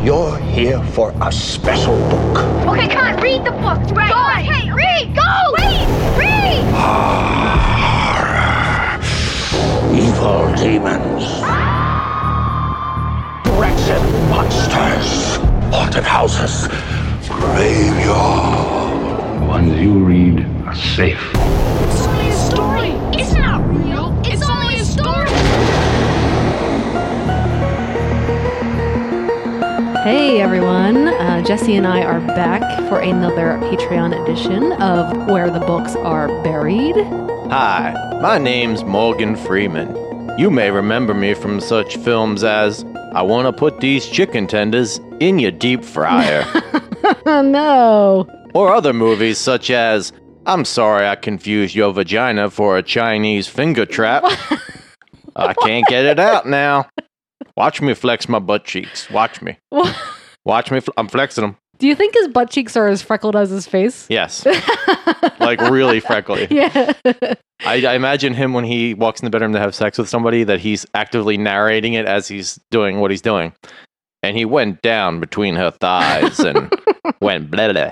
You're here for a special book. Okay, come on, read the book. Right. Go, okay, read, go! Read, read! Evil demons. Wretched monsters. Haunted houses. Graveyard. The ones you read are safe. It's only a story. It's not real. It's, only a story. Hey everyone, uh, Jesse and I are back for another Patreon edition of Where the Books Are Buried. Hi, my name's Morgan Freeman. You may remember me from such films as I Want to Put These Chicken Tenders in Your Deep Fryer, Oh no! or other movies such as I'm Sorry I Confused Your Vagina for a Chinese Finger Trap. I can't get it out now. Watch me flex my butt cheeks. Watch me. What? Watch me. Fl- I'm flexing them. Do you think his butt cheeks are as freckled as his face? Yes. like really freckly. Yeah. I, I imagine him when he walks in the bedroom to have sex with somebody that he's actively narrating it as he's doing what he's doing. And he went down between her thighs and went blah, blah,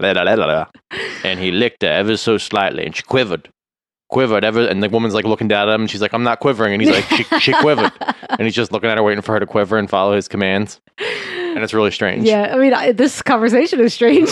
blah, blah, blah, blah. and he licked her ever so slightly and she quivered. Quivered ever and the woman's like looking down at him and she's like, I'm not quivering and he's like, She, she quivered and he's just looking at her waiting for her to quiver and follow his commands. And it's really strange. Yeah, I mean, I, this conversation is strange.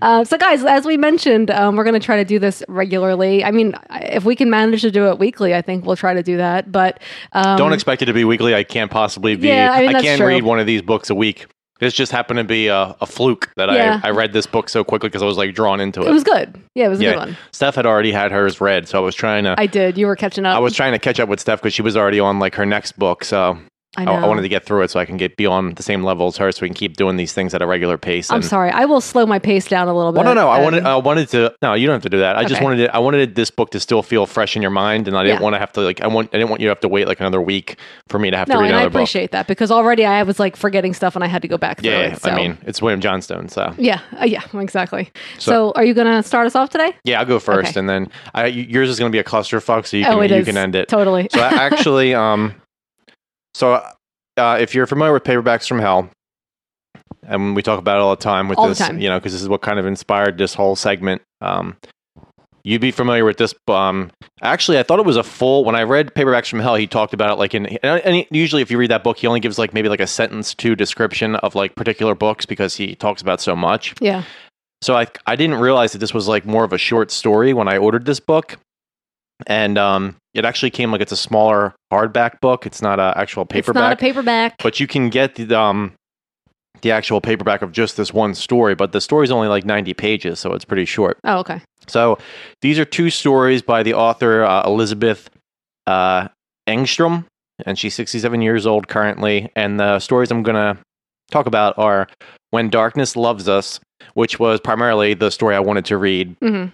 uh, so, guys, as we mentioned, um, we're going to try to do this regularly. I mean, I- if we can manage to do it weekly, I think we'll try to do that. But um, Don't expect it to be weekly. I can't possibly be. Yeah, I I, mean, that's can't true. read one of these books a week. This just happened to be a, a fluke that Yeah. I, I read this book so quickly because I was like drawn into it. It was good. Yeah, it was a yeah. good one. Steph had already had hers read, so I was trying to. I, I did. You were catching up. was trying to catch up with Steph because she was already on like her next book. So I, I, know. I wanted to get through it so I can get be on the same level as her, so we can keep doing these things at a regular pace. I'm and- sorry. I will slow my pace down a little bit. Well, no, no. I and- wanted, I wanted to. No, you don't have to do that. I just Okay. wanted, it, I wanted this book to still feel fresh in your mind, and I didn't Yeah. want to have to like, I want, I didn't want you to have to wait like another week for me to have no, to read and I another book. appreciate that because already I was like forgetting stuff and I had to go back through Yeah, it. So. I mean, it's William Johnstone, so Yeah, uh, yeah, exactly. So, So- are you going to start us off today? yeah, I'll go first, Okay. and then I, y- yours is going to be a clusterfuck, so you can oh, it is you can end it. Totally. So I actually, um, so uh, if you're familiar with paperbacks from hell, and we talk about it all the time with All the this, time. you know, because this is what kind of inspired this whole segment. Um, you'd be familiar with this. Um, actually, I thought it was a full. When I read Paperbacks from Hell, he talked about it like in. And, and he- usually, if you read that book, he only gives like maybe like a sentence to description of like particular books because he talks about so much. yeah. So I I didn't realize that this was like more of a short story when I ordered this book, and um, it actually came like it's a smaller hardback book. It's not an actual It's not a paperback, paperback. but you can get the um the actual paperback of just this one story. But the story's only like ninety pages, so it's pretty short. oh, okay. So these are two stories by the author uh, Elizabeth uh, Engstrom, and she's 67 years old currently. And the stories I'm going to talk about are When Darkness Loves Us, which was primarily the story I wanted to read. hmm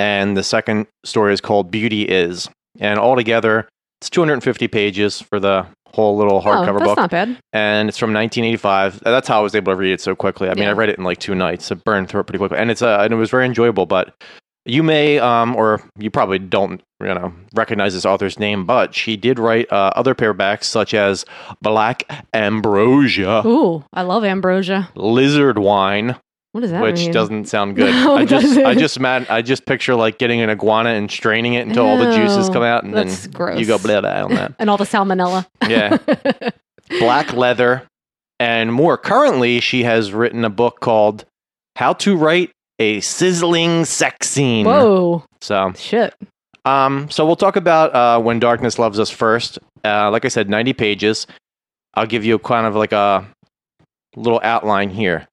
And the second story is called Beauty Is. And altogether, it's 250 pages for the whole little oh, hardcover that's book. not bad. and it's from 1985. That's how I was able to read it so quickly. I mean, Yeah. I read it in like two nights. It burned through it pretty quickly, and it's uh, and it was very enjoyable. But you may, um, or you probably don't, you know, recognize this author's name, but she did write uh, other paperbacks such as Black Ambrosia, Ooh, I love ambrosia. Lizard Wine, What does that which mean? doesn't sound good. No, I it just, I doesn't. just, mad, I just picture like getting an iguana and straining it until all the juices No, come out, and then that's gross. you go blah blah on that. and all the salmonella. Yeah. black leather, and more. Currently, she has written a book called "How to Write a Sizzling Sex Scene." Whoa, So, shit. um, so we'll talk about uh, when darkness loves us first. Uh, like I said, ninety pages. I'll give you kind of like a little outline here.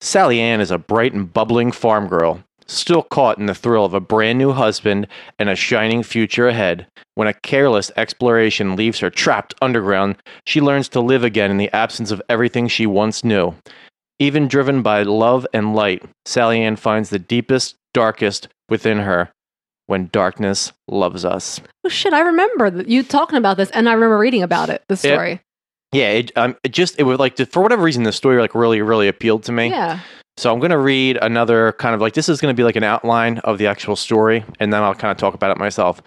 Sally Ann is a bright and bubbling farm girl, still caught in the thrill of a brand new husband and a shining future ahead. When a careless exploration leaves her trapped underground, she learns to live again in the absence of everything she once knew. Even driven by love and light, Sally Ann finds the deepest, darkest within her when darkness loves us. Oh shit! I remember th- you talking about this, and I remember reading about it. The story. Yeah, it, um, it just, it was like, for whatever reason, the story like really, really appealed to me. yeah. So I'm going to read another kind of like this is going to be like an outline of the actual story, and then I'll kind of talk about it myself.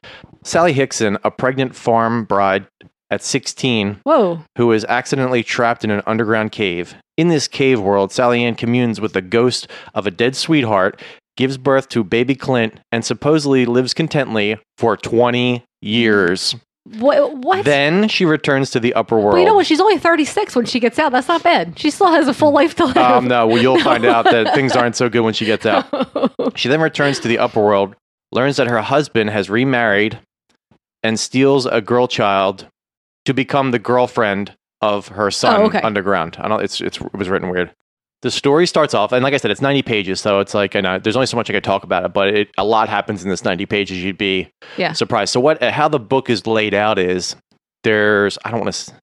Sally Hickson, a pregnant farm bride at 16 Whoa. who is accidentally trapped in an underground cave. In this cave world, Sally Ann communes with the ghost of a dead sweetheart, gives birth to baby Clint, and supposedly lives contently for 20 years. What? What? Then she returns to the upper world. well, you know what? She's only 36 when she gets out. That's not bad. She still has a full life to live. um, no, well, you'll find out that things aren't so good when she gets out. She then returns to the upper world, learns that her husband has remarried, and steals a girl child to become the girlfriend of her son Oh, okay. underground. I don't. It's, it's it was written weird. The story starts off, and like I said, it's ninety pages, so it's like, and uh, there's only so much I could talk about it, but it, a lot happens in this ninety pages. You'd be Yeah. surprised. So what? How the book is laid out is there's I don't want to.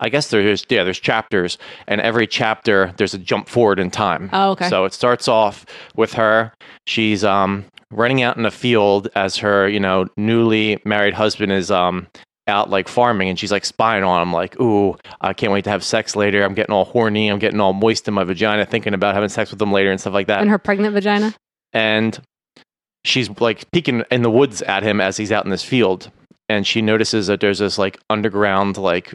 I guess there's yeah there's chapters, and every chapter there's a jump forward in time. Oh, okay. So it starts off with her. She's um running out in a field as her you know newly married husband is um out like farming, and she's like spying on him like ooh I can't wait to have sex later. I'm getting all horny. I'm getting all moist in my vagina thinking about having sex with him later and stuff like that In her pregnant vagina. and she's like peeking in the woods at him as he's out in this field and she notices that there's this like underground like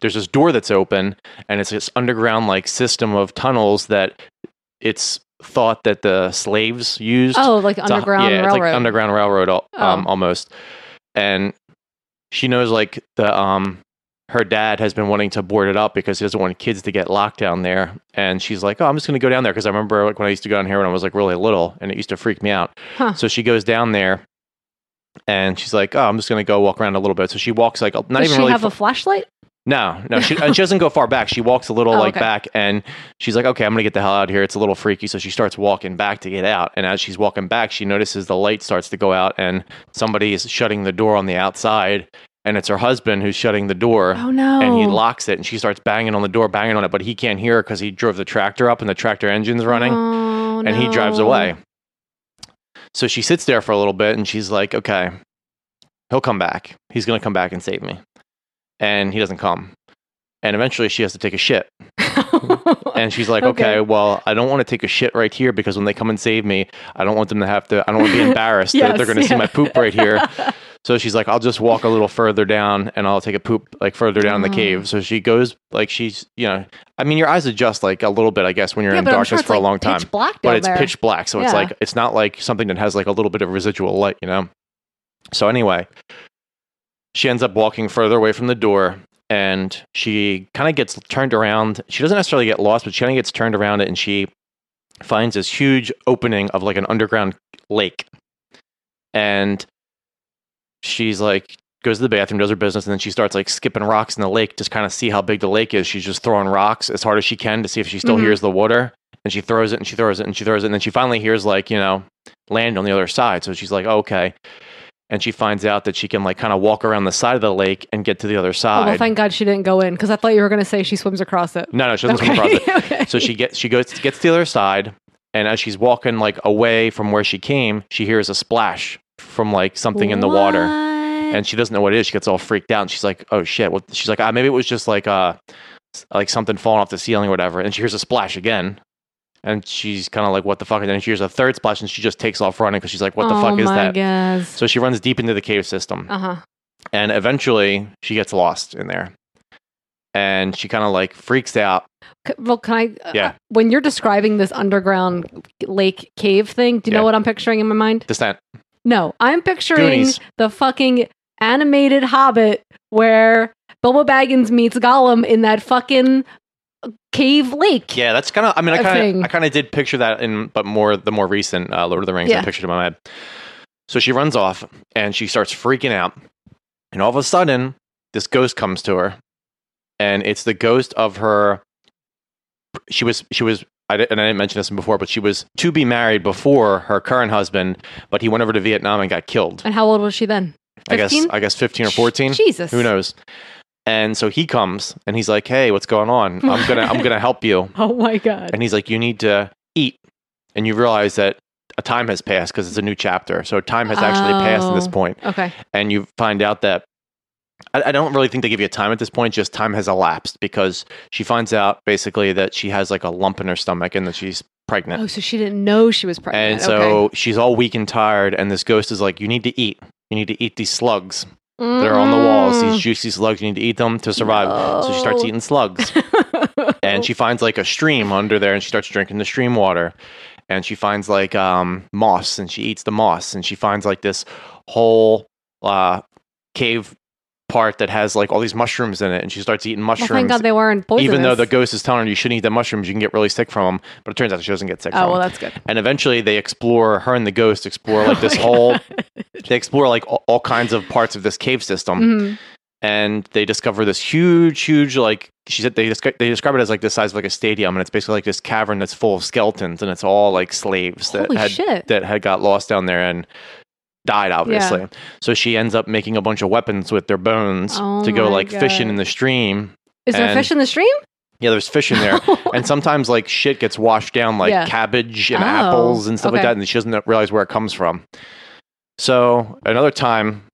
there's this door that's open and it's this underground like system of tunnels that it's thought that the slaves used Oh, like It's a- underground yeah, it's railroad. like underground railroad al- um, Oh. almost and she knows like the um her dad has been wanting to board it up because he doesn't want kids to get locked down there and she's like oh i'm just going to go down there because i remember like when i used to go down here when i was like really little and it used to freak me out Huh. so she goes down there and she's like oh i'm just going to go walk around a little bit so she walks like not Does even she really have fa- a flashlight? no, no, she, and she doesn't go far back. She walks a little Oh, like okay. back, and she's like, "Okay, I'm gonna get the hell out of here. It's a little freaky." So she starts walking back to get out, and as she's walking back, she notices the light starts to go out, and somebody is shutting the door on the outside, and it's her husband who's shutting the door. Oh no. And he locks it, and she starts banging on the door, banging on it, but he can't hear her because he drove the tractor up, and the tractor engine's running Oh, and he drives no. away. So she sits there for a little bit and she's like, okay, he'll come back. He's going to come back and save me. And he doesn't come. And eventually she has to take a shit. And she's like, okay, Okay. well, I don't want to take a shit right here because when they come and save me, I don't want them to have to, I don't want to be embarrassed that Yes, they're going to see yeah. my poop right here. so she's like, I'll just walk a little further down and I'll take a poop like further down the Oh. cave. So she goes, like, she's, you know, I mean, your eyes adjust like a little bit, I guess, when you're yeah, in but I'm darkness sure it's for a like long time Pitch black but down it's there. pitch black so it's Yeah. like it's not like something that has like a little bit of residual light you know so anyway she ends up walking further away from the door and she kind of gets turned around she doesn't necessarily get lost but she kind of gets turned around it and she finds this huge opening of like an underground lake and she's like goes to the bathroom does her business and then she starts like skipping rocks in the lake to kind of see how big the lake is she's just throwing rocks as hard as she can to see if she still Mhm. hears the water and she throws it and she throws it and she throws it and then she finally hears like you know land on the other side so she's like okay and she finds out that she can like kind of walk around the side of the lake and get to the other Oh, side well, thank God she didn't go in because I thought you were going to say she swims across it. no no she doesn't come across it okay. so she gets she goes gets to the other side, and as she's walking like away from where she came, she hears a splash from like something in the water, and she doesn't know what it is. She gets all freaked out, and she's like, "Oh shit!" Well, she's like, "Ah, maybe it was just like uh s- like something falling off the ceiling or whatever." And she hears a splash again. And she's kind of like, "What the fuck?" And then she hears a third splash, and she just takes off running because she's like, "What Oh the fuck is that?" So she runs deep into the cave system, uh huh. and eventually she gets lost in there, and she kind of like freaks out. Well, can I? uh, Yeah. when you're describing this underground lake cave thing, do you Yeah. know what I'm picturing in my mind? Descent. No, I'm picturing Goonies. the fucking animated Hobbit where Bilbo Baggins meets Gollum in that fucking uh, cave lake. Yeah, that's kind of. I mean, I a kind of, thing. I kind of did picture that in, but more the more recent uh, Lord of the Rings, I Yeah. pictured in my head. So she runs off and she starts freaking out, and all of a sudden, this ghost comes to her, and it's the ghost of her. She was she was. I did, and I didn't mention this before, but she was to be married before her current husband, but he went over to Vietnam and got killed. And how old was she then? I guess 15? I guess fifteen or fourteen. Jesus. Who knows? And so he comes and he's like, "Hey, what's going on? I'm gonna I'm gonna help you." Oh my god. and he's like, "You need to eat," and you realize that a time has passed because it's a new chapter. So time has actually passed at this Oh. point, Okay. and you find out that I, I don't really think they give you a time at this point. Just time has elapsed because she finds out basically that she has like a lump in her stomach and that she's pregnant. Oh, so she didn't know she was pregnant. and so she's all weak and tired, and this ghost is like, "You need to eat. You need to eat these slugs." that are on the walls. These juicy slugs, you need to eat them to survive. So she starts Mm. No. eating slugs. Mm. and she finds like a stream under there and she starts drinking the stream water. And she finds like um, moss and she eats the moss. And she finds like this whole uh, cave part that has like all these mushrooms in it. And she starts eating Well, mushrooms. thank God they weren't poisonous. even though the ghost is telling her you shouldn't eat the mushrooms, you can get really sick from them. But it turns out she doesn't get sick from oh well, 'em. that's good. and eventually they explore her and the ghost explore like this Oh my whole they explore like all, all kinds of parts of this cave system Mhm. and they discover this huge huge like she said they, descri- they describe it as like the size of like a stadium and it's basically like this cavern that's full of skeletons and it's all like slaves that Mm-hmm. Holy had shit. that had got lost down there and died obviously so she ends up making a bunch of weapons with their bones Oh to go my like fishing in God. the stream Is there and- fish in the stream? yeah there's fish in there and sometimes like shit gets washed down like Yeah. cabbage and Oh, apples and stuff like okay. that and she doesn't realize where it comes from so another time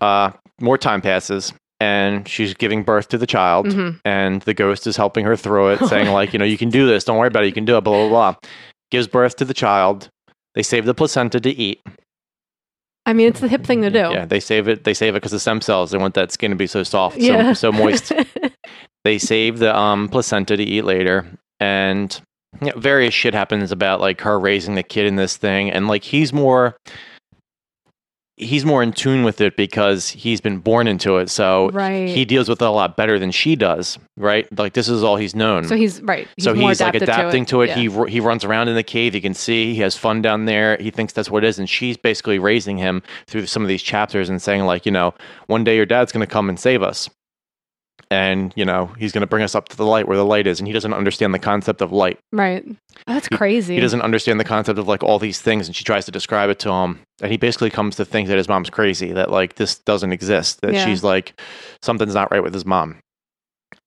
uh more time passes and she's giving birth to the child Mhm. and the ghost is helping her through it saying like you know you can do this don't worry about it you can do it blah blah blah gives birth to the child they save the placenta to eat I mean, it's the hip thing to do. yeah they save it they save it because the stem cells they want that skin to be so soft Yeah. so, so moist they save the um, placenta to eat later and you know, various shit happens about like her raising the kid in this thing and like he's more he's more in tune with it because he's been born into it so right. he deals with it a lot better than she does right like this is all he's known so he's right. He's so more he's like adapted adapting to it. Yeah. He r- he runs around in the cave. He can see. He has fun down there. He thinks that's what it is, and she's basically raising him through some of these chapters and saying like, you know, one day your dad's going to come and save us, and you know he's going to bring us up to the light where the light is, and he doesn't understand the concept of light. right. Oh, that's crazy. He doesn't understand the concept of like all these things, and she tries to describe it to him, and he basically comes to think that his mom's crazy, that like this doesn't exist, that Yeah. she's like something's not right with his mom,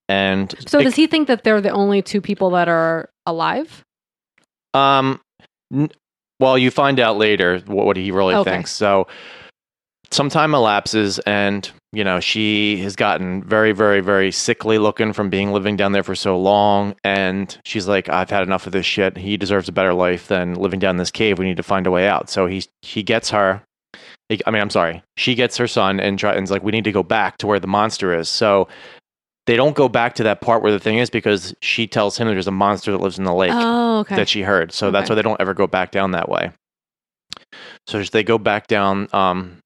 and so it- does he think that they're the only two people that are alive? Um, n- well, you find out later what, what he really Okay. thinks. So, some time elapses, and you know she has gotten very, very, very sickly looking from being living down there for so long, and she's like, "I've had enough of this shit. He deserves a better life than living down in this cave. We need to find a way out." So he he gets her. I mean, I'm sorry. She gets her son and try, and's like, "We need to go back to where the monster is." So. They don't go back to that part where the thing is because she tells him that there's a monster that lives in the lake Oh, okay. that she heard. So that's Okay. why they don't ever go back down that way. So as they go back down. Um,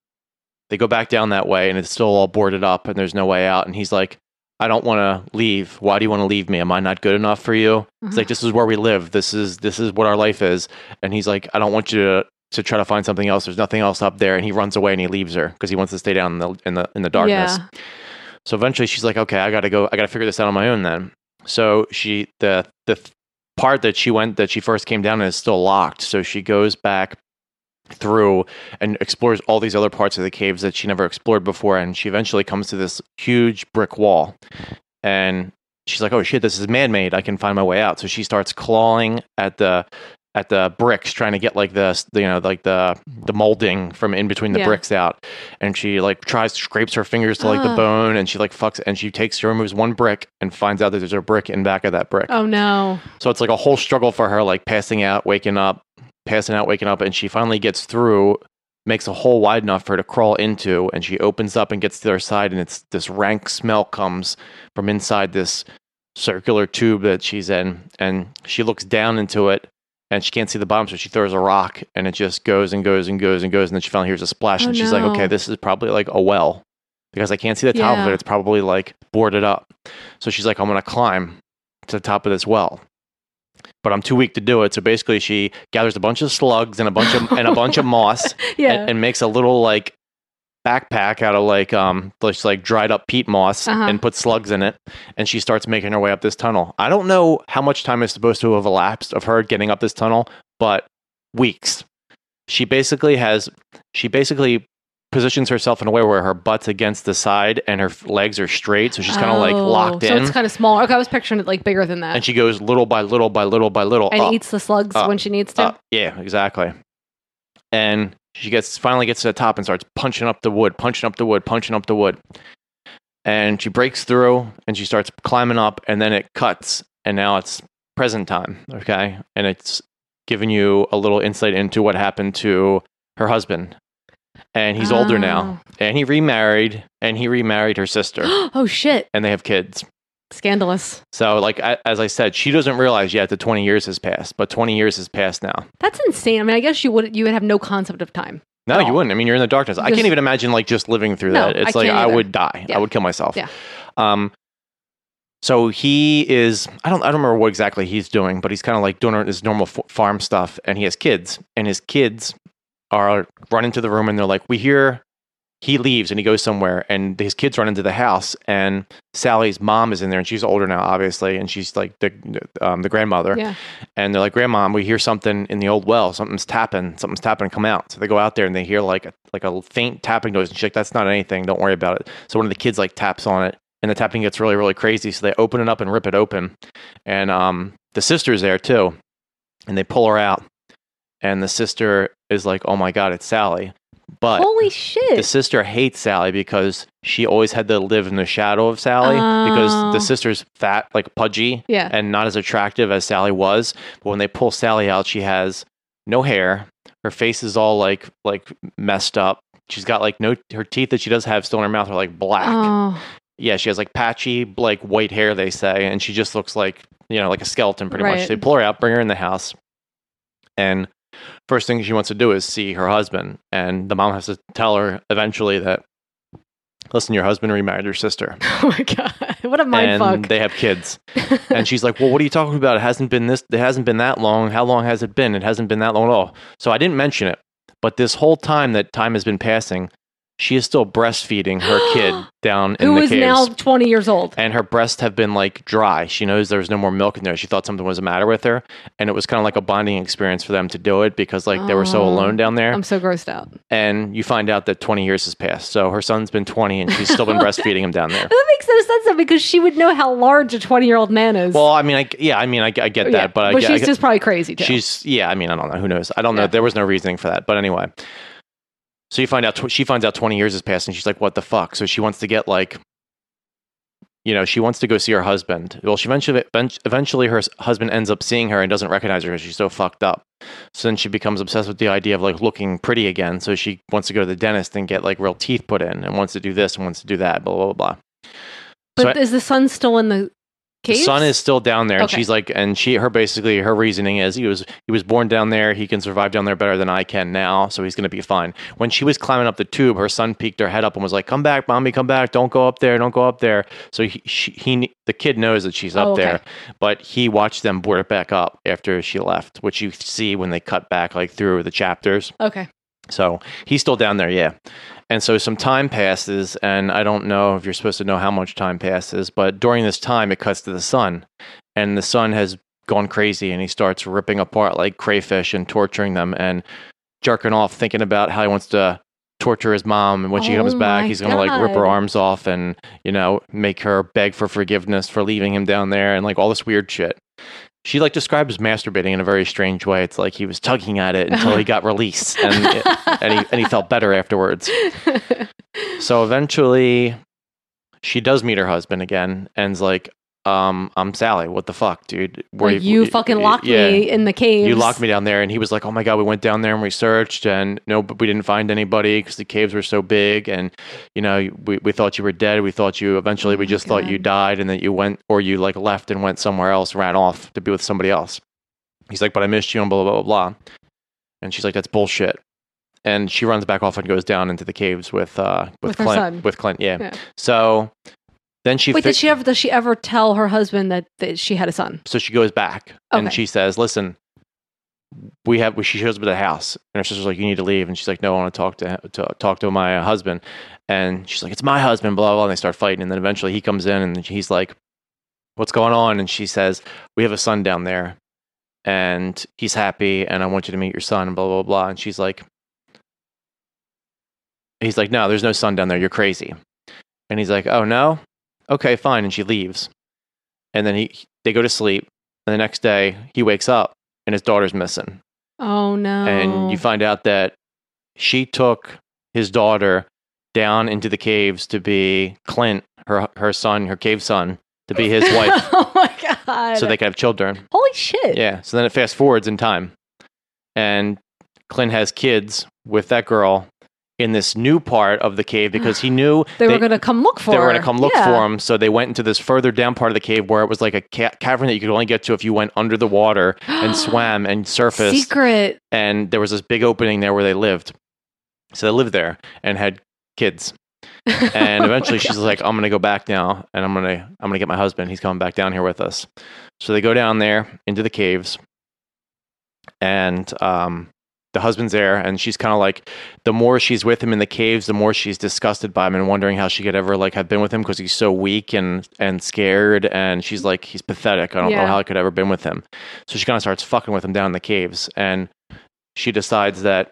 they go back down that way, and it's still all boarded up, and there's no way out. And he's like, "I don't want to leave. Why do you want to leave me? Am I not good enough for you?" It's like, "This is where we live. This is this is what our life is." And he's like, "I don't want you to." To try to find something else, there's nothing else up there, and he runs away and he leaves her because he wants to stay down in the in the in the darkness. Uh-huh. Yeah. So eventually she's like, okay, I gotta go. I gotta figure this out on my own then. So she the the th- part that she went that she first came down in is still locked. So she goes back through and explores all these other parts of the caves that she never explored before, and she eventually comes to this huge brick wall, and she's like, oh shit, this is man made. I can find my way out. So she starts clawing at the at the bricks trying to get like the s- you know like the the molding from in between the Yeah. bricks out and she like tries scrapes her fingers to like the Ugh. bone and she like fucks and she takes she removes one brick and finds out that there's a brick in back of that brick Oh no. so it's like a whole struggle for her like passing out waking up passing out waking up and she finally gets through makes a hole wide enough for her to crawl into and she opens up and gets to the other side and it's this rank smell comes from inside this circular tube that she's in and she looks down into it and she can't see the bottom so she throws a rock and it just goes and goes and goes and goes and then she finally hears a splash Oh, and she's like no. okay this is probably like a well because i can't see the top of Yeah. it it's probably like boarded up so she's like i'm going to climb to the top of this well but i'm too weak to do it so basically she gathers a bunch of slugs and a bunch of and a bunch of moss Yeah. and, and makes a little like backpack out of like um just like dried up peat moss Uh-huh. and puts slugs in it and she starts making her way up this tunnel i don't know how much time is supposed to have elapsed of her getting up this tunnel but weeks she basically has she basically positions herself in a way where her butt's against the side and her f- legs are straight so she's kind of like Oh, locked So in it's kind of smaller. Okay, I was picturing it like bigger than that. and she goes little by little by little by little and up. eats the slugs up, when she needs to. Uh, yeah, exactly. And she gets finally gets to the top and starts punching up the wood, punching up the wood, punching up the wood. And she breaks through and she starts climbing up and then it cuts and now it's present time, okay? And it's giving you a little insight into what happened to her husband and he's older now, and he remarried, and he remarried her sister, oh shit! and they have kids. Scandalous. So, like I, as I said, she doesn't realize yet that 20 years has passed, but 20 years has passed now. That's insane. I mean, I guess you would you would have no concept of time. No, at you all. wouldn't. I mean, you're in the darkness. I can't Just- even imagine like just living through No, that. It's I like can't I either. would die. Yeah. I would kill myself. Yeah. Um. So he is. I don't. I don't remember what exactly he's doing, but he's kind of like doing his normal f- farm stuff, and he has kids, and his kids are run into the room, and they're like, "We hear." He leaves and he goes somewhere, and his kids run into the house, and Sally's mom is in there, and she's older now, obviously, and she's like the um, the grandmother, Yeah. and they're like, "Grandma, we hear something in the old well. Something's tapping. Something's tapping. Come out." So they go out there and they hear like a, like a faint tapping noise, and she's like, "That's not anything. Don't worry about it." So one of the kids like taps on it, and the tapping gets really really crazy. So they open it up and rip it open, and um, the sister's there too, and they pull her out, and the sister is like, "Oh my god, it's Sally." But Holy the shit! sister hates Sally because she always had to live in the shadow of Sally because Oh. the sister's fat, like pudgy, Yeah. and not as attractive as Sally was. But when they pull Sally out, she has no hair. Her face is all like like messed up. She's got like no her teeth that she does have still in her mouth are like black. Oh, Yeah, she has like patchy like white hair they say, and she just looks like you know like a skeleton pretty much. Right. They pull her out, bring her in the house, and first thing she wants to do is see her husband, and the mom has to tell her eventually that listen, your husband remarried your sister, oh my god! What a mind and fuck. they have kids. and she's like, "Well, what are you talking about? It hasn't been this. It hasn't been that long. How long has it been? It hasn't been that long at all." So I didn't mention it, but this whole time that time has been passing, she is still breastfeeding her kid down in Who the is caves now twenty years old? and her breasts have been like dry. She knows there was no more milk in there. She thought something was the matter with her, and it was kind of like a bonding experience for them to do it because like they were so Oh. alone down there. I'm so grossed out. and you find out that 20 years has passed. So her son's been 20 and she's still been breastfeeding him down there. That makes no sense though, because she would know how large a twenty-year-old man is. Well, I mean, I yeah, I mean, I, I get that, Yeah, but I, get- I she's get- just probably crazy too. She's yeah. I mean, I don't know. Who knows? I don't know. Yeah. There was no reasoning for that. But anyway, so you find out. Tw- she finds out twenty years has passed, and she's like, "What the fuck?" So she wants to get like, you know, she wants to go see her husband. Well, she eventually event- eventually her s- husband ends up seeing her and doesn't recognize her because she's so fucked up. So then she becomes obsessed with the idea of like looking pretty again. So she wants to go to the dentist and get like real teeth put in, and wants to do this and wants to do that. Blah blah blah. blah. but so- is the son still in the The cave? son is still down there, and Okay. she's like, and she, her basically, her reasoning is he was he was born down there. He can survive down there better than I can now, so he's gonna be fine. When she was climbing up the tube, her son peeked her head up and was like, "Come back, mommy, come back! Don't go up there, don't go up there." So he, she, he, the kid knows that she's up Oh, okay. there, but he watched them board it back up after she left, which you see when they cut back like through the chapters. okay. So he's still down there, yeah. And so some time passes, and I don't know if you're supposed to know how much time passes, but during this time, it cuts to the sun, and the sun has gone crazy, and he starts ripping apart like crayfish and torturing them and jerking off, thinking about how he wants to torture his mom. And when she Oh comes back, my he's going to like rip her God. arms off and, you know, make her beg for forgiveness for leaving him down there and like all this weird shit. She like describes masturbating in a very strange way. It's like he was tugging at it until he got released and it, and he and he felt better afterwards. So eventually, she does meet her husband again, and's like, um, "I'm Sally. What the fuck, dude? Were Like, you fucking locked yeah, me in the cave. You locked me down there." And he was like, "Oh my god, we went down there and we searched, and no, but we didn't find anybody because the caves were so big, and you know, we we thought you were dead. We thought you eventually, we Oh my just thought you God. died, and that you went or you like left and went somewhere else, ran off to be with somebody else." He's like, but I missed you and blah, blah, blah, blah. And she's like, that's bullshit. And she runs back off and goes down into the caves with uh with, With her Clint. son. With Clint, yeah. Yeah. So then she, Wait, fi- did she ever? Does she ever tell her husband that, that she had a son? so she goes back and Okay. she says, listen, we have she shows up at the house and her sister's like, you need to leave. And she's like, no, I want to talk to, to talk to my uh, husband. And she's like, it's my husband, blah, blah. And they start fighting. And then eventually he comes in and he's like, what's going on? And she says, we have a son down there and he's happy and I want you to meet your son and blah, blah, blah. And she's like, he's like, no, there's no son down there. You're crazy. And he's like, oh no? Okay, fine. And she leaves. And then he, they go to sleep. And the next day he wakes up and his daughter's missing Oh no! and you find out that she took his daughter down into the caves to be Clint, her her son, her cave son, to be his wife, oh my god! so they could have children. holy shit! Yeah. So then it fast forwards in time, and Clint has kids with that girl in this new part of the cave because he knew They, were going to come look for they were her. going to come look Yeah. for him. So they went into this further down part of the cave where it was like a ca- cavern that you could only get to if you went under the water and swam and surfaced. Secret. And there was this big opening there where they lived. So they lived there and had kids. Oh And eventually she's like, "I'm going to go back now, and I'm going to I'm going to get my husband. He's coming back down here with us." So they go down there into the caves, and um, the husband's there, and she's kind of like, the more she's with him in the caves, the more she's disgusted by him and wondering how she could ever like have been with him because he's so weak and and scared, and she's like, he's pathetic. I don't Yeah. know how I could ever been with him. So she kind of starts fucking with him down in the caves, and she decides that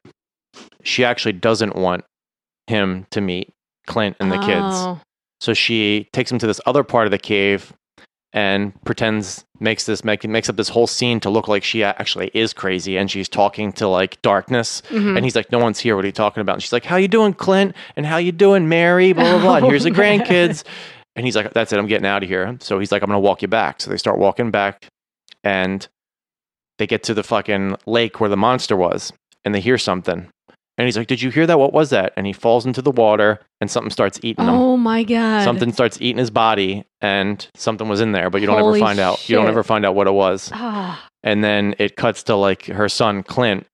she actually doesn't want him to meet Clint and the kids. Oh. So she takes him to this other part of the cave and pretends makes this make, makes up this whole scene to look like she a- actually is crazy and she's talking to like darkness Mhm. and he's like no one's here what are you talking about and she's like how you doing clint and how you doing mary blah blah blah and Oh, here's the man. grandkids and he's like that's it i'm getting out of here so he's like i'm gonna walk you back so they start walking back and they get to the fucking lake where the monster was and they hear something and he's like did you hear that what was that and he falls into the water and something starts eating him Oh my god. something starts eating his body and something was in there but you don't Holy ever find out you don't shit. ever find out what it was Ah. and then it cuts to like her son clint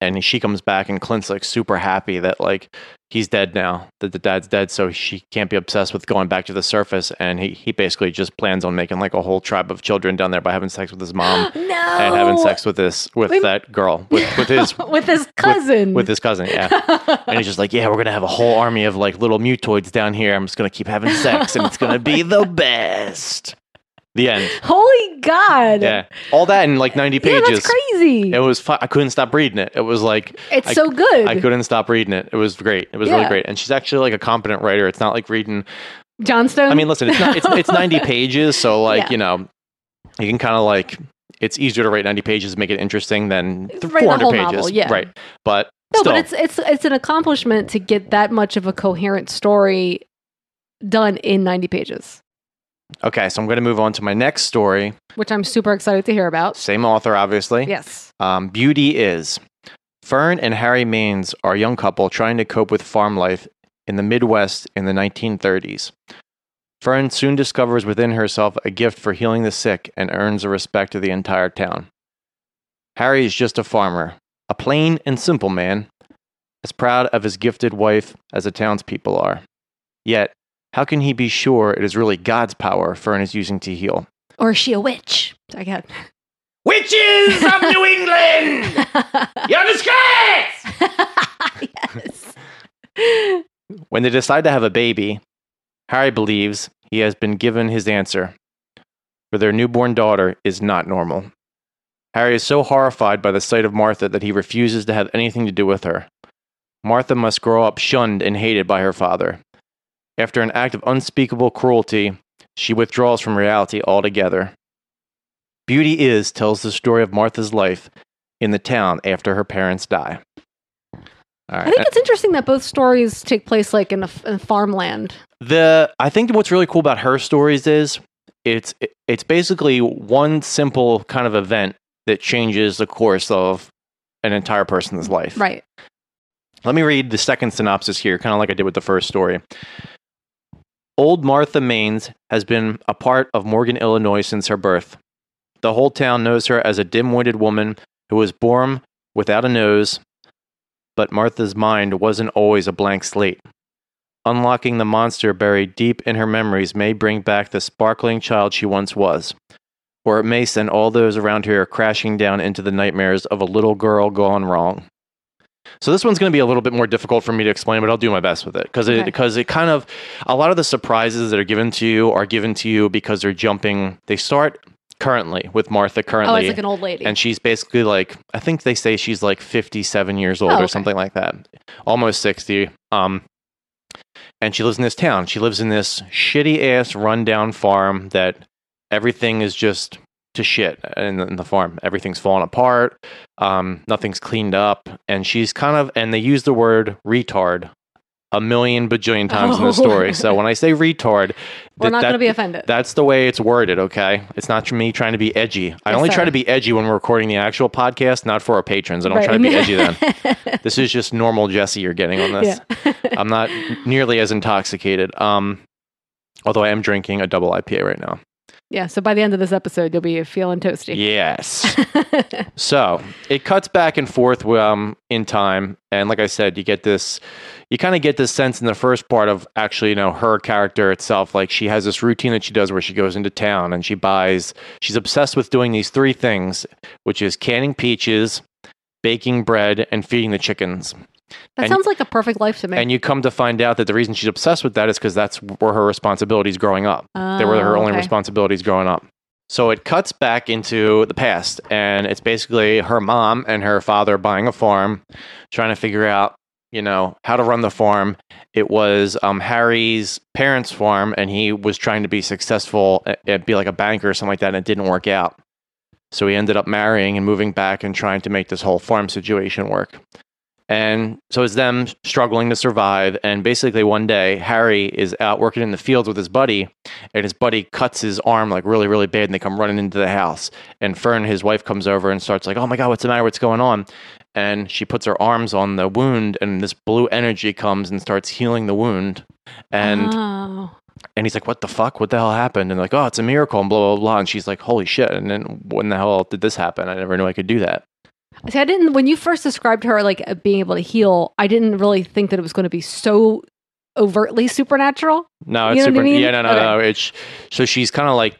and she comes back and clint's like super happy that like he's dead now that the dad's dead so she can't be obsessed with going back to the surface and he, he basically just plans on making like a whole tribe of children down there by having sex with his mom no. and having sex with this with Oh. Wait. that girl with, with his with his cousin. with his cousin yeah and he's just like, yeah, we're gonna have a whole army of like little mutoids down here. I'm just gonna keep having sex, and it's gonna be the best. The end. Holy god. Yeah, all that in like 90 Yeah, pages. that's crazy. It was. Fu- I couldn't stop reading it. It was like it's I- so good. I couldn't stop reading it. It was great. It was really Yeah. great. And she's actually like a competent writer. It's not like reading. Johnstone. I mean, listen, it's not. It's, it's 90 pages, so like Um, Yeah. you know, you can kind of like. It's easier to write 90 pages, and make it interesting than th- Write the 400 whole pages. novel, yeah. Right. But no, still, but it's it's it's an accomplishment to get that much of a coherent story done in 90 pages, okay. So I'm going to move on to my next story. which I'm super excited to hear about. Same author, obviously. Yes. Um, Beauty is. Fern and Harry Maines are a young couple trying to cope with farm life in the Midwest in the 1930s. Fern soon discovers within herself a gift for healing the sick and earns the respect of the entire town. Harry is just a farmer, a plain and simple man, as proud of his gifted wife as the townspeople are. Yet, how can he be sure it is really God's power Fern is using to heal? Or is she a witch? I got. Witches of New England! You understand? yes. When they decide to have a baby, Harry believes he has been given his answer, for their newborn daughter is not normal. Harry is so horrified by the sight of Martha that he refuses to have anything to do with her. Martha must grow up shunned and hated by her father. After an act of unspeakable cruelty, she withdraws from reality altogether. Beauty Is tells the story of Martha's life in the town after her parents die. All I think it's interesting that both stories take place like in a, f- in farmland. the I think what's really cool about her stories is it's it's basically one simple kind of event that changes the course of an entire person's life. Right. Let me read the second synopsis here, kind of like I did with the first story. Old Martha Maines has been a part of Morgan, Illinois since her birth. The whole town knows her as a dim witted woman who was born without a nose, but Martha's mind wasn't always a blank slate. Unlocking the monster buried deep in her memories may bring back the sparkling child she once was, or it may send all those around her crashing down into the nightmares of a little girl gone wrong. So this one's going to be a little bit more difficult for me to explain, but I'll do my best with it because it Okay. because it kind of a lot of the surprises that are given to you are given to you because they're jumping. They start currently with Martha Oh, currently, it's like an old lady. and she's basically like I think they say she's like 57 years old Oh, okay. or something like that, almost 60. Um, and she lives in this town. She lives in this shitty ass rundown farm that everything is just to shit in, in the farm. Everything's falling apart. Um, nothing's cleaned up, and she's kind of and they use the word retard a million bajillion times in the Oh. story. So when I say retard, We're that- not that- gonna be offended. That's the way it's worded, okay? It's not me trying to be edgy. I Yes, only sir. try to be edgy when we're recording the actual podcast, not for our patrons. I don't Right. try to be edgy then. This is just normal Jesse you're getting on this. yeah. I'm not nearly as intoxicated. Um, although I am drinking a double IPA right now. yeah. So by the end of this episode, you'll be feeling toasty. Yes. so it cuts back and forth um, in time, and like I said, you get this, you kind of get this sense in the first part of actually, you know, her character itself. Like she has this routine that she does where she goes into town and she buys. She's obsessed with doing these three things, which is canning peaches, baking bread, and feeding the chickens. That And- sounds like a perfect life to me. And you come to find out that the reason she's obsessed with that is because that's were her responsibilities growing up. they were her Oh, only okay. responsibilities growing up. So it cuts back into the past, and it's basically her mom and her father buying a farm, trying to figure out, you know, how to run the farm. It was um, Harry's parents' farm, and he was trying to be successful a- and be like a banker or something like that, and it didn't work out. So he ended up marrying and moving back and trying to make this whole farm situation work. And so it's them struggling to survive. And basically, one day, Harry is out working in the fields with his buddy, and his buddy cuts his arm like really, really bad. And they come running into the house. And Fern, his wife, comes over and starts like, Oh my God, what's the matter? What's going on? And she puts her arms on the wound, and this blue energy comes and starts healing the wound. And Oh. and he's like, "What the fuck? What the hell happened?" And like, "Oh, it's a miracle," and blah blah blah. And she's like, "Holy shit!" And then when the hell did this happen? I never knew I could do that. See, I didn't. When you first described her like uh, being able to heal, I didn't really think that it was going to be so overtly supernatural. No, You it's know what I super. mean? Yeah, no, no, no. It's so she's kind of like,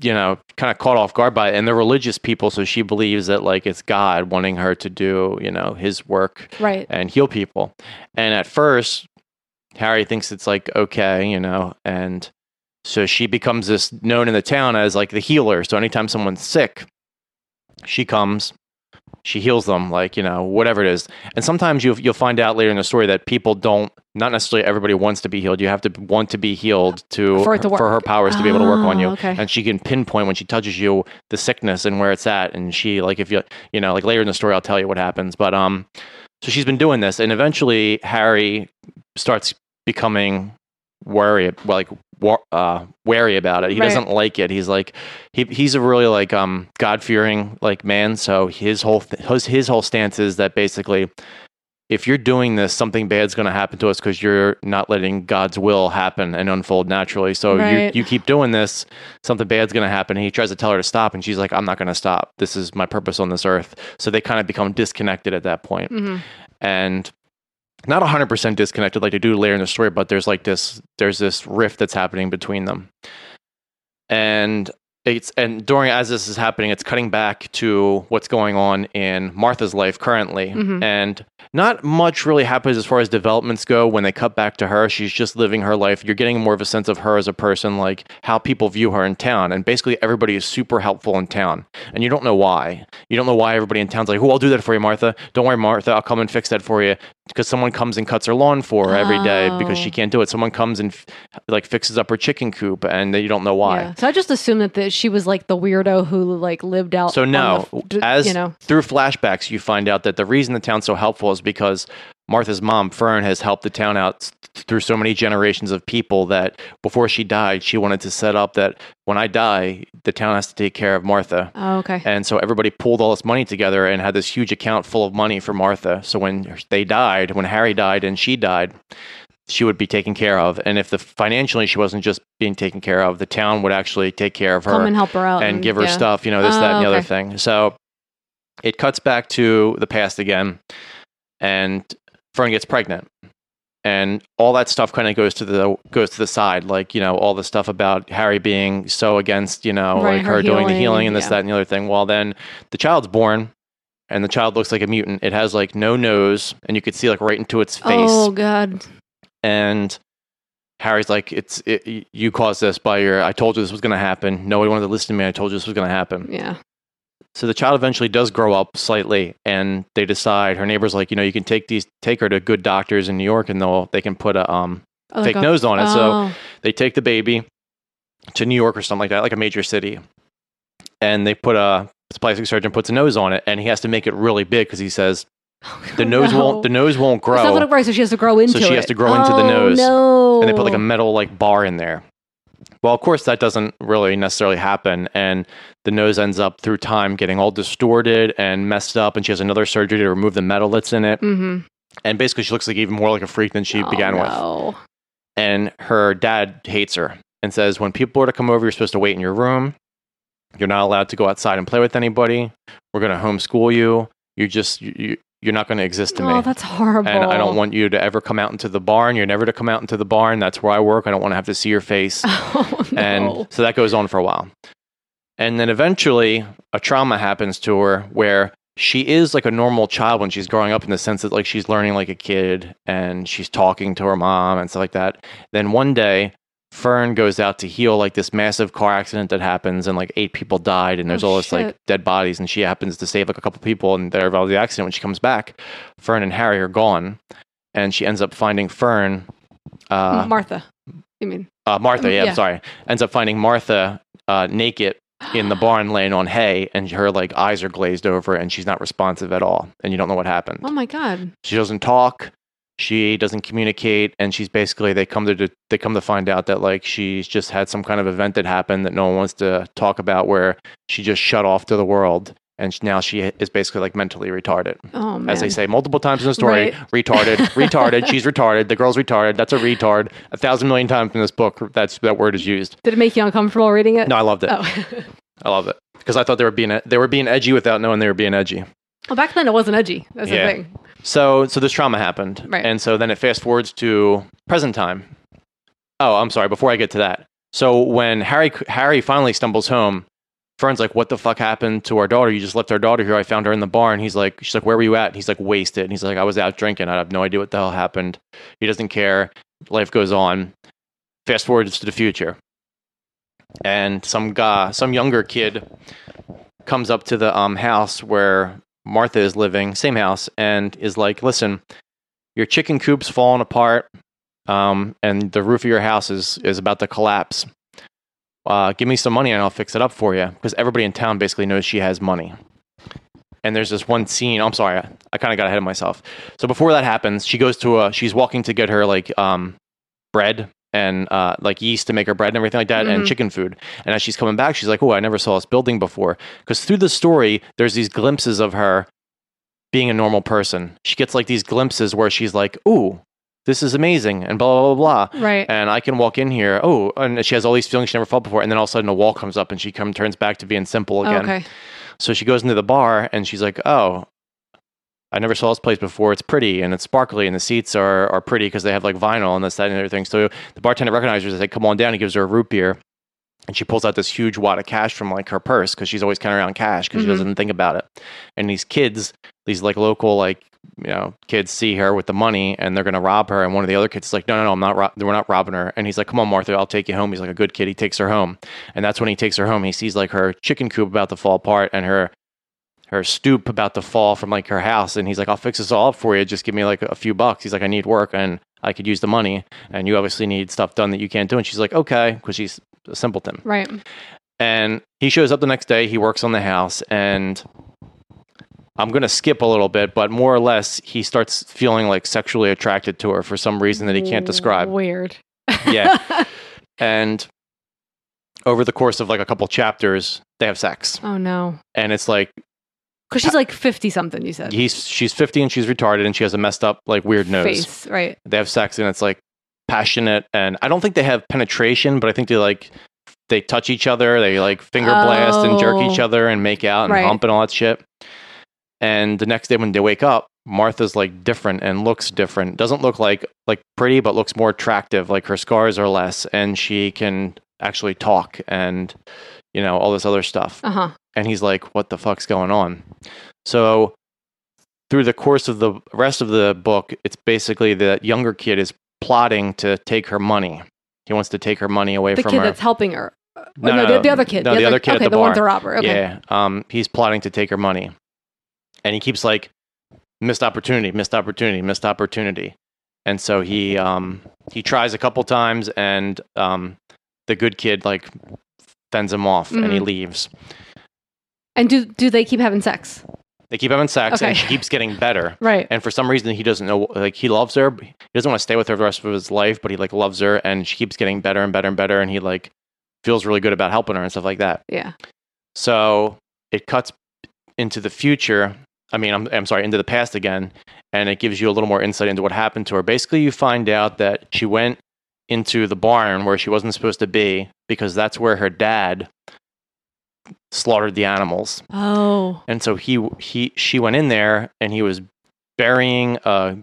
you know, kind of caught off guard by it. And they're religious people, so she believes that like it's God wanting her to do, you know, His work Right. and heal people. And at first, Harry thinks it's like okay, you know, and so she becomes this known in the town as like the healer. So anytime someone's sick, she comes, she heals them, like you know, whatever it is. And sometimes you you'll find out later in the story that people don't. Not necessarily everybody wants to be healed. You have to want to be healed to For it to work. her powers to be able to work on Oh, you. okay. And she can pinpoint when she touches you the sickness and where it's at. And she like if you you know like later in the story I'll tell you what happens. But um, so she's been doing this, and eventually Harry starts becoming worry, well, like war, uh, wary about it. He Right. doesn't like it. He's like, he he's a really like um God fearing like man. So his whole th- his his whole stance is that basically, if you're doing this, something bad's going to happen to us because you're not letting God's will happen and unfold naturally. So Right. you you keep doing this, something bad's going to happen. He tries to tell her to stop, and she's like, I'm not going to stop. This is my purpose on this earth. So they kind of become disconnected at that point hmm and not 100% disconnected like they do later in the story but there's like this there's this rift that's happening between them and it's and during as this is happening it's cutting back to what's going on in martha's life currently Mhm. and not much really happens as far as developments go when they cut back to her she's just living her life you're getting more of a sense of her as a person like how people view her in town and basically everybody is super helpful in town and you don't know why you don't know why everybody in town's like oh i'll do that for you martha don't worry martha i'll come and fix that for you because someone comes and cuts her lawn for her every day because Oh. she can't do it someone comes and f- like fixes up her chicken coop and you don't know why Yeah. So I just assumed that the, she was like the weirdo who like lived out. so Uh, on the no, f- d- as you know, through flashbacks, you find out that the reason the town's so helpful is because Martha's mom Fern has helped the town out s- through so many generations of people that before she died, she wanted to set up that when I die, the town has to take care of Martha. oh, okay, And so everybody pulled all this money together and had this huge account full of money for Martha. So when they died, when Harry died and she died, she would be taken care of. And if the financially she wasn't just being taken care of, the town would actually take care of her come and help her out and, give her yeah. stuff, you know, this, that, and the Oh, other okay. thing. So it cuts back to the past again, and Fern gets pregnant, and all that stuff kind of goes to the goes to the side, like you know, all the stuff about Harry being so against, you know, Right, like her her, doing the healing, healing and this, yeah. that, and the other thing. Well, then the child's born. And the child looks like a mutant. It has like no nose, and you could see like right into its face Oh god, and Harry's like, "It's it, y- you caused this by your. I told you this was going to happen. Nobody wanted to listen to me. I told you this was going to happen." yeah. So the child eventually does grow up slightly, and they decide. Her neighbor's like, "You know, you can take these, take her to good doctors in New York, and they'll they can put a um Oh, fake like a- nose on it." So Oh. they take the baby to New York or something like that, like a major city, and they put a this plastic surgeon puts a nose on it, and he has to make it really big because he says The nose won't. The nose won't grow. It's Oh. not going to grow, so she has to grow into it. she has to grow into the Oh, nose. No. and they put Oh. like a metal like bar in there. Well, of course, that doesn't really necessarily happen, and the nose ends up through time getting all distorted and messed up, and she has another surgery to remove the metal that's in it, Mm-hmm. and basically she looks like even more like a freak than she began with. Oh, no. And her dad hates her and says, when people are to come over, you're supposed to wait in your room. You're not allowed to go outside and play with anybody. We're going to homeschool you. You just you- you you're not going to exist to me. Oh, that's horrible. And I don't want you to ever come out into the barn. You're never to come out into the barn. That's where I work. I don't want to have to see your face. Oh, no. And so that goes on for a while. And then eventually a trauma happens to her where she is like a normal child when she's growing up in the sense that like she's learning like a kid and she's talking to her mom and stuff like that. Then one day Fern goes out to heal like this massive car accident that happens and like eight people died and there's Oh, all this like shit. dead bodies and she happens to save like a couple people and they're involved in the accident when she comes back. Fern and Harry are gone and she ends up finding Fern uh, Mm, Martha. You mean uh, Martha, Um, yeah, yeah. I'm sorry, ends up finding Martha uh, naked in the barn laying on hay, and her like eyes are glazed over, and she's not responsive at all, and you don't know what happened. Oh my god. She doesn't talk, she doesn't communicate, and she's basically they come to they come to find out that like she's just had some kind of event that happened that no one wants to talk about, where she just shut off to the world, and sh- now she is basically like mentally retarded, Oh man. as they say multiple times in the story. Retarded, retarded. She's retarded. The girl's retarded. That's a retard. A thousand million times in this book, that's that word is used. Did it make you uncomfortable reading it? No, I loved it. Oh. I loved it because I thought they were being they were being edgy without knowing they were being edgy. well, back then it wasn't edgy. That's Yeah. the thing. So so this trauma happened, Right. and so then it fast forwards to present time. Oh, I'm sorry. Before I get to that, so when Harry Harry finally stumbles home, Fern's like, "What the fuck happened to our daughter? You just left our daughter here. I found her in the barn." He's like, "She's like, where were you at?" And he's like, "Wasted." And he's like, "I was out drinking. I have no idea what the hell happened." He doesn't care. Life goes on. Fast forwards to the future, and some guy, some younger kid, comes up to the um, house where Martha is living, same house, and is like, "Listen, your chicken coop's falling apart, um, and the roof of your house is is about to collapse. Uh, give me some money, and I'll fix it up for you." Because everybody in town basically knows she has money. And there's this one scene. I'm sorry, I, I kind of got ahead of myself. So before that happens, she goes to a. She's walking to get her like um, bread and uh, like yeast to make her bread and everything like that, and Mhm. chicken food. And as she's coming back, she's like, "Oh, I never saw this building before." Because through the story, there's these glimpses of her being a normal person. She gets like these glimpses where she's like, "Ooh, this is amazing," and blah blah blah blah. Right. And I can walk in here. Oh, and she has all these feelings she never felt before. And then all of a sudden, a wall comes up, and she come turns back to being simple again. Oh, Okay. So she goes into the bar and she's like, "Oh, I never saw this place before. It's pretty and it's sparkly, and the seats are are pretty because they have like vinyl and this that and everything." So the bartender recognizes her. They come on down. He gives her a root beer, and she pulls out this huge wad of cash from like her purse because she's always counting around cash because Mhm. she doesn't think about it. And these kids, these like local like you know kids, see her with the money and they're gonna rob her. And one of the other kids is like, "No, no, no, I'm not. Ro- we're not robbing her." And he's like, "Come on, Martha, I'll take you home." He's like a good kid. He takes her home, and that's when he takes her home. He sees like her chicken coop about to fall apart and her her stoop about to fall from like her house and he's like i'll fix this all up for you just give me like a few bucks he's like i need work and i could use the money and you obviously need stuff done that you can't do and she's like okay because she's a simpleton Right. and he shows up the next day he works on the house and i'm going to skip a little bit but more or less he starts feeling like sexually attracted to her for some reason that he can't describe Weird. yeah and over the course of like a couple chapters they have sex oh no. and it's like Because she's like fifty something. You said. he's she's 50 and she's retarded and she has a messed up like weird nose Face. Right. they have sex and it's like passionate and i don't think they have penetration but i think they like they touch each other they like finger blast and jerk each Oh. other and make out and Right. hump and all that shit and the next day when they wake up martha's like different and looks different doesn't look like like pretty but looks more attractive like her scars are less and she can actually talk and you know all this other stuff Uh huh. and he's like, "What the fuck's going on?" So through the course of the rest of the book, it's basically that younger kid is plotting to take her money. He wants to take her money away The from kid her. that's helping her. Uh, No, no, the, no. the other kid. No, the other kid at Okay, the the one bar. with the robber. Okay. Yeah, um, he's plotting to take her money, and he keeps like missed opportunity, missed opportunity, missed opportunity, and so he um, he tries a couple times, and um, the good kid like Mm-hmm. fends him off, and he leaves. And do do they keep having sex? They keep having sex, and Okay. she keeps getting better. Right. And for some reason, he doesn't know. Like he loves her. but He doesn't want to stay with her the rest of his life, but he like loves her, and she keeps getting better and better and better. And he like feels really good about helping her and stuff like that. Yeah. So it cuts into the future. I mean, I'm, I'm sorry, into the past again, and it gives you a little more insight into what happened to her. Basically, you find out that she went into the barn where she wasn't supposed to be because that's where her dad slaughtered the animals, Oh. and so he he she went in there and he was burying a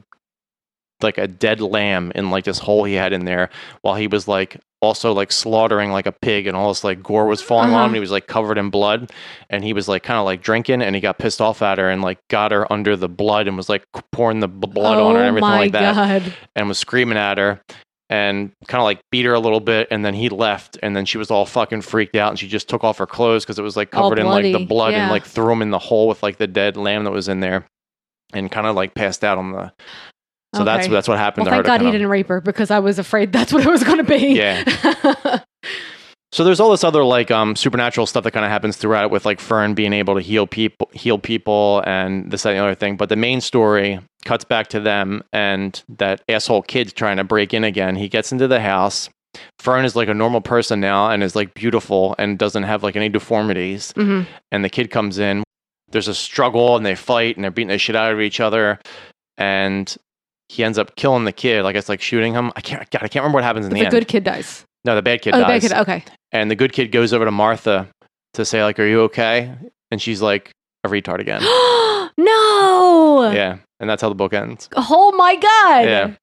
like a dead lamb in like this hole he had in there while he was like also like slaughtering like a pig and all this like gore was falling Uh-huh. on him he was like covered in blood and he was like kind of like drinking and he got pissed off at her and like got her under the blood and was like pouring the b- blood on her and Oh everything my like that God. and was screaming at her and kind of like beat her a little bit and then he left and then she was all fucking freaked out and she just took off her clothes because it was like All covered in like the bloody, blood and yeah. like threw him in the hole with like the dead lamb that was in there and kind of like passed out on the so that's Okay. that's what happened Well, to her thank to God he kinda- didn't rape her because I was afraid that's what it was going to be. Yeah. so there's all this other like um supernatural stuff that kind of happens throughout it with like fern being able to heal people heal people and this that, and the other thing but the main story cuts back to them and that asshole kid's trying to break in again he gets into the house Fern is like a normal person now and is like beautiful and doesn't have like any deformities. Mhm. And the kid comes in. There's a struggle and they fight and they're beating the shit out of each other. And he ends up killing the kid. Like it's like shooting him. I can't. God, I can't remember what happens in the the end. good kid dies. no, the bad kid oh, the bad dies. kid. Okay. And the good kid goes over to Martha to say like, "Are you okay?" And she's like, "A retard again." no. yeah. And that's how the book ends. Oh my God. Yeah.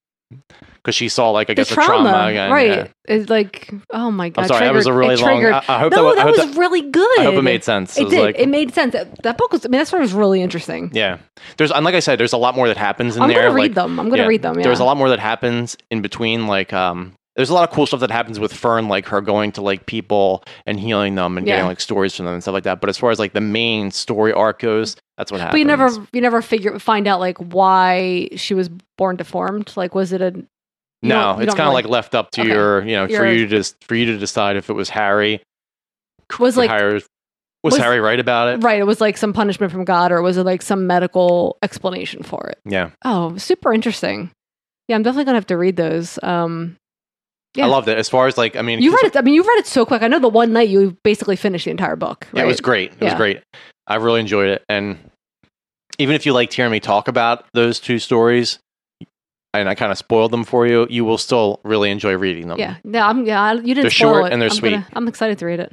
Because she saw like I The guess trauma, a trauma again. right? yeah. It's like, oh my god! I'm sorry. that was a triggered- really it long. triggered- I, I hope no, that, I that, hope was really good. I hope it made sense. It was did. Like, it made sense. That that book was. I mean, that story was really interesting. yeah. There's and like I said, there's a lot more that happens in I'm there. gonna read like, them. I'm gonna yeah, read them. Yeah. There's a lot more that happens in between. Like um, there's a lot of cool stuff that happens with Fern, like her going to like people and healing them and getting Yeah. like stories from them and stuff like that. But as far as like the main story arc goes, that's what happens. But you never, you never figure find out like why she was born deformed. Like, was it a you No, don't- you it's don't kind of really- like left up to Okay. your, you know, for Your- you to just for you to decide if it was Harry. was like Harry was, was was- Harry right about it? right? It was like some punishment from God, or was it like some medical explanation for it? Yeah. Oh, super interesting. Yeah, I'm definitely gonna have to read those. Um, Yeah. I loved it. As far as like, I mean, you read it. I mean, you read it so quick. I know the one night you basically finished the entire book. Yeah, Right? it was great. It was Yeah. great. I really enjoyed it. And even if you liked hearing me talk about those two stories, and I kind of spoiled them for you, you will still really enjoy reading them. Yeah, no, I'm. Yeah, I- you didn't. They're spoil short it. and they're I'm gonna- sweet. I'm excited to read it.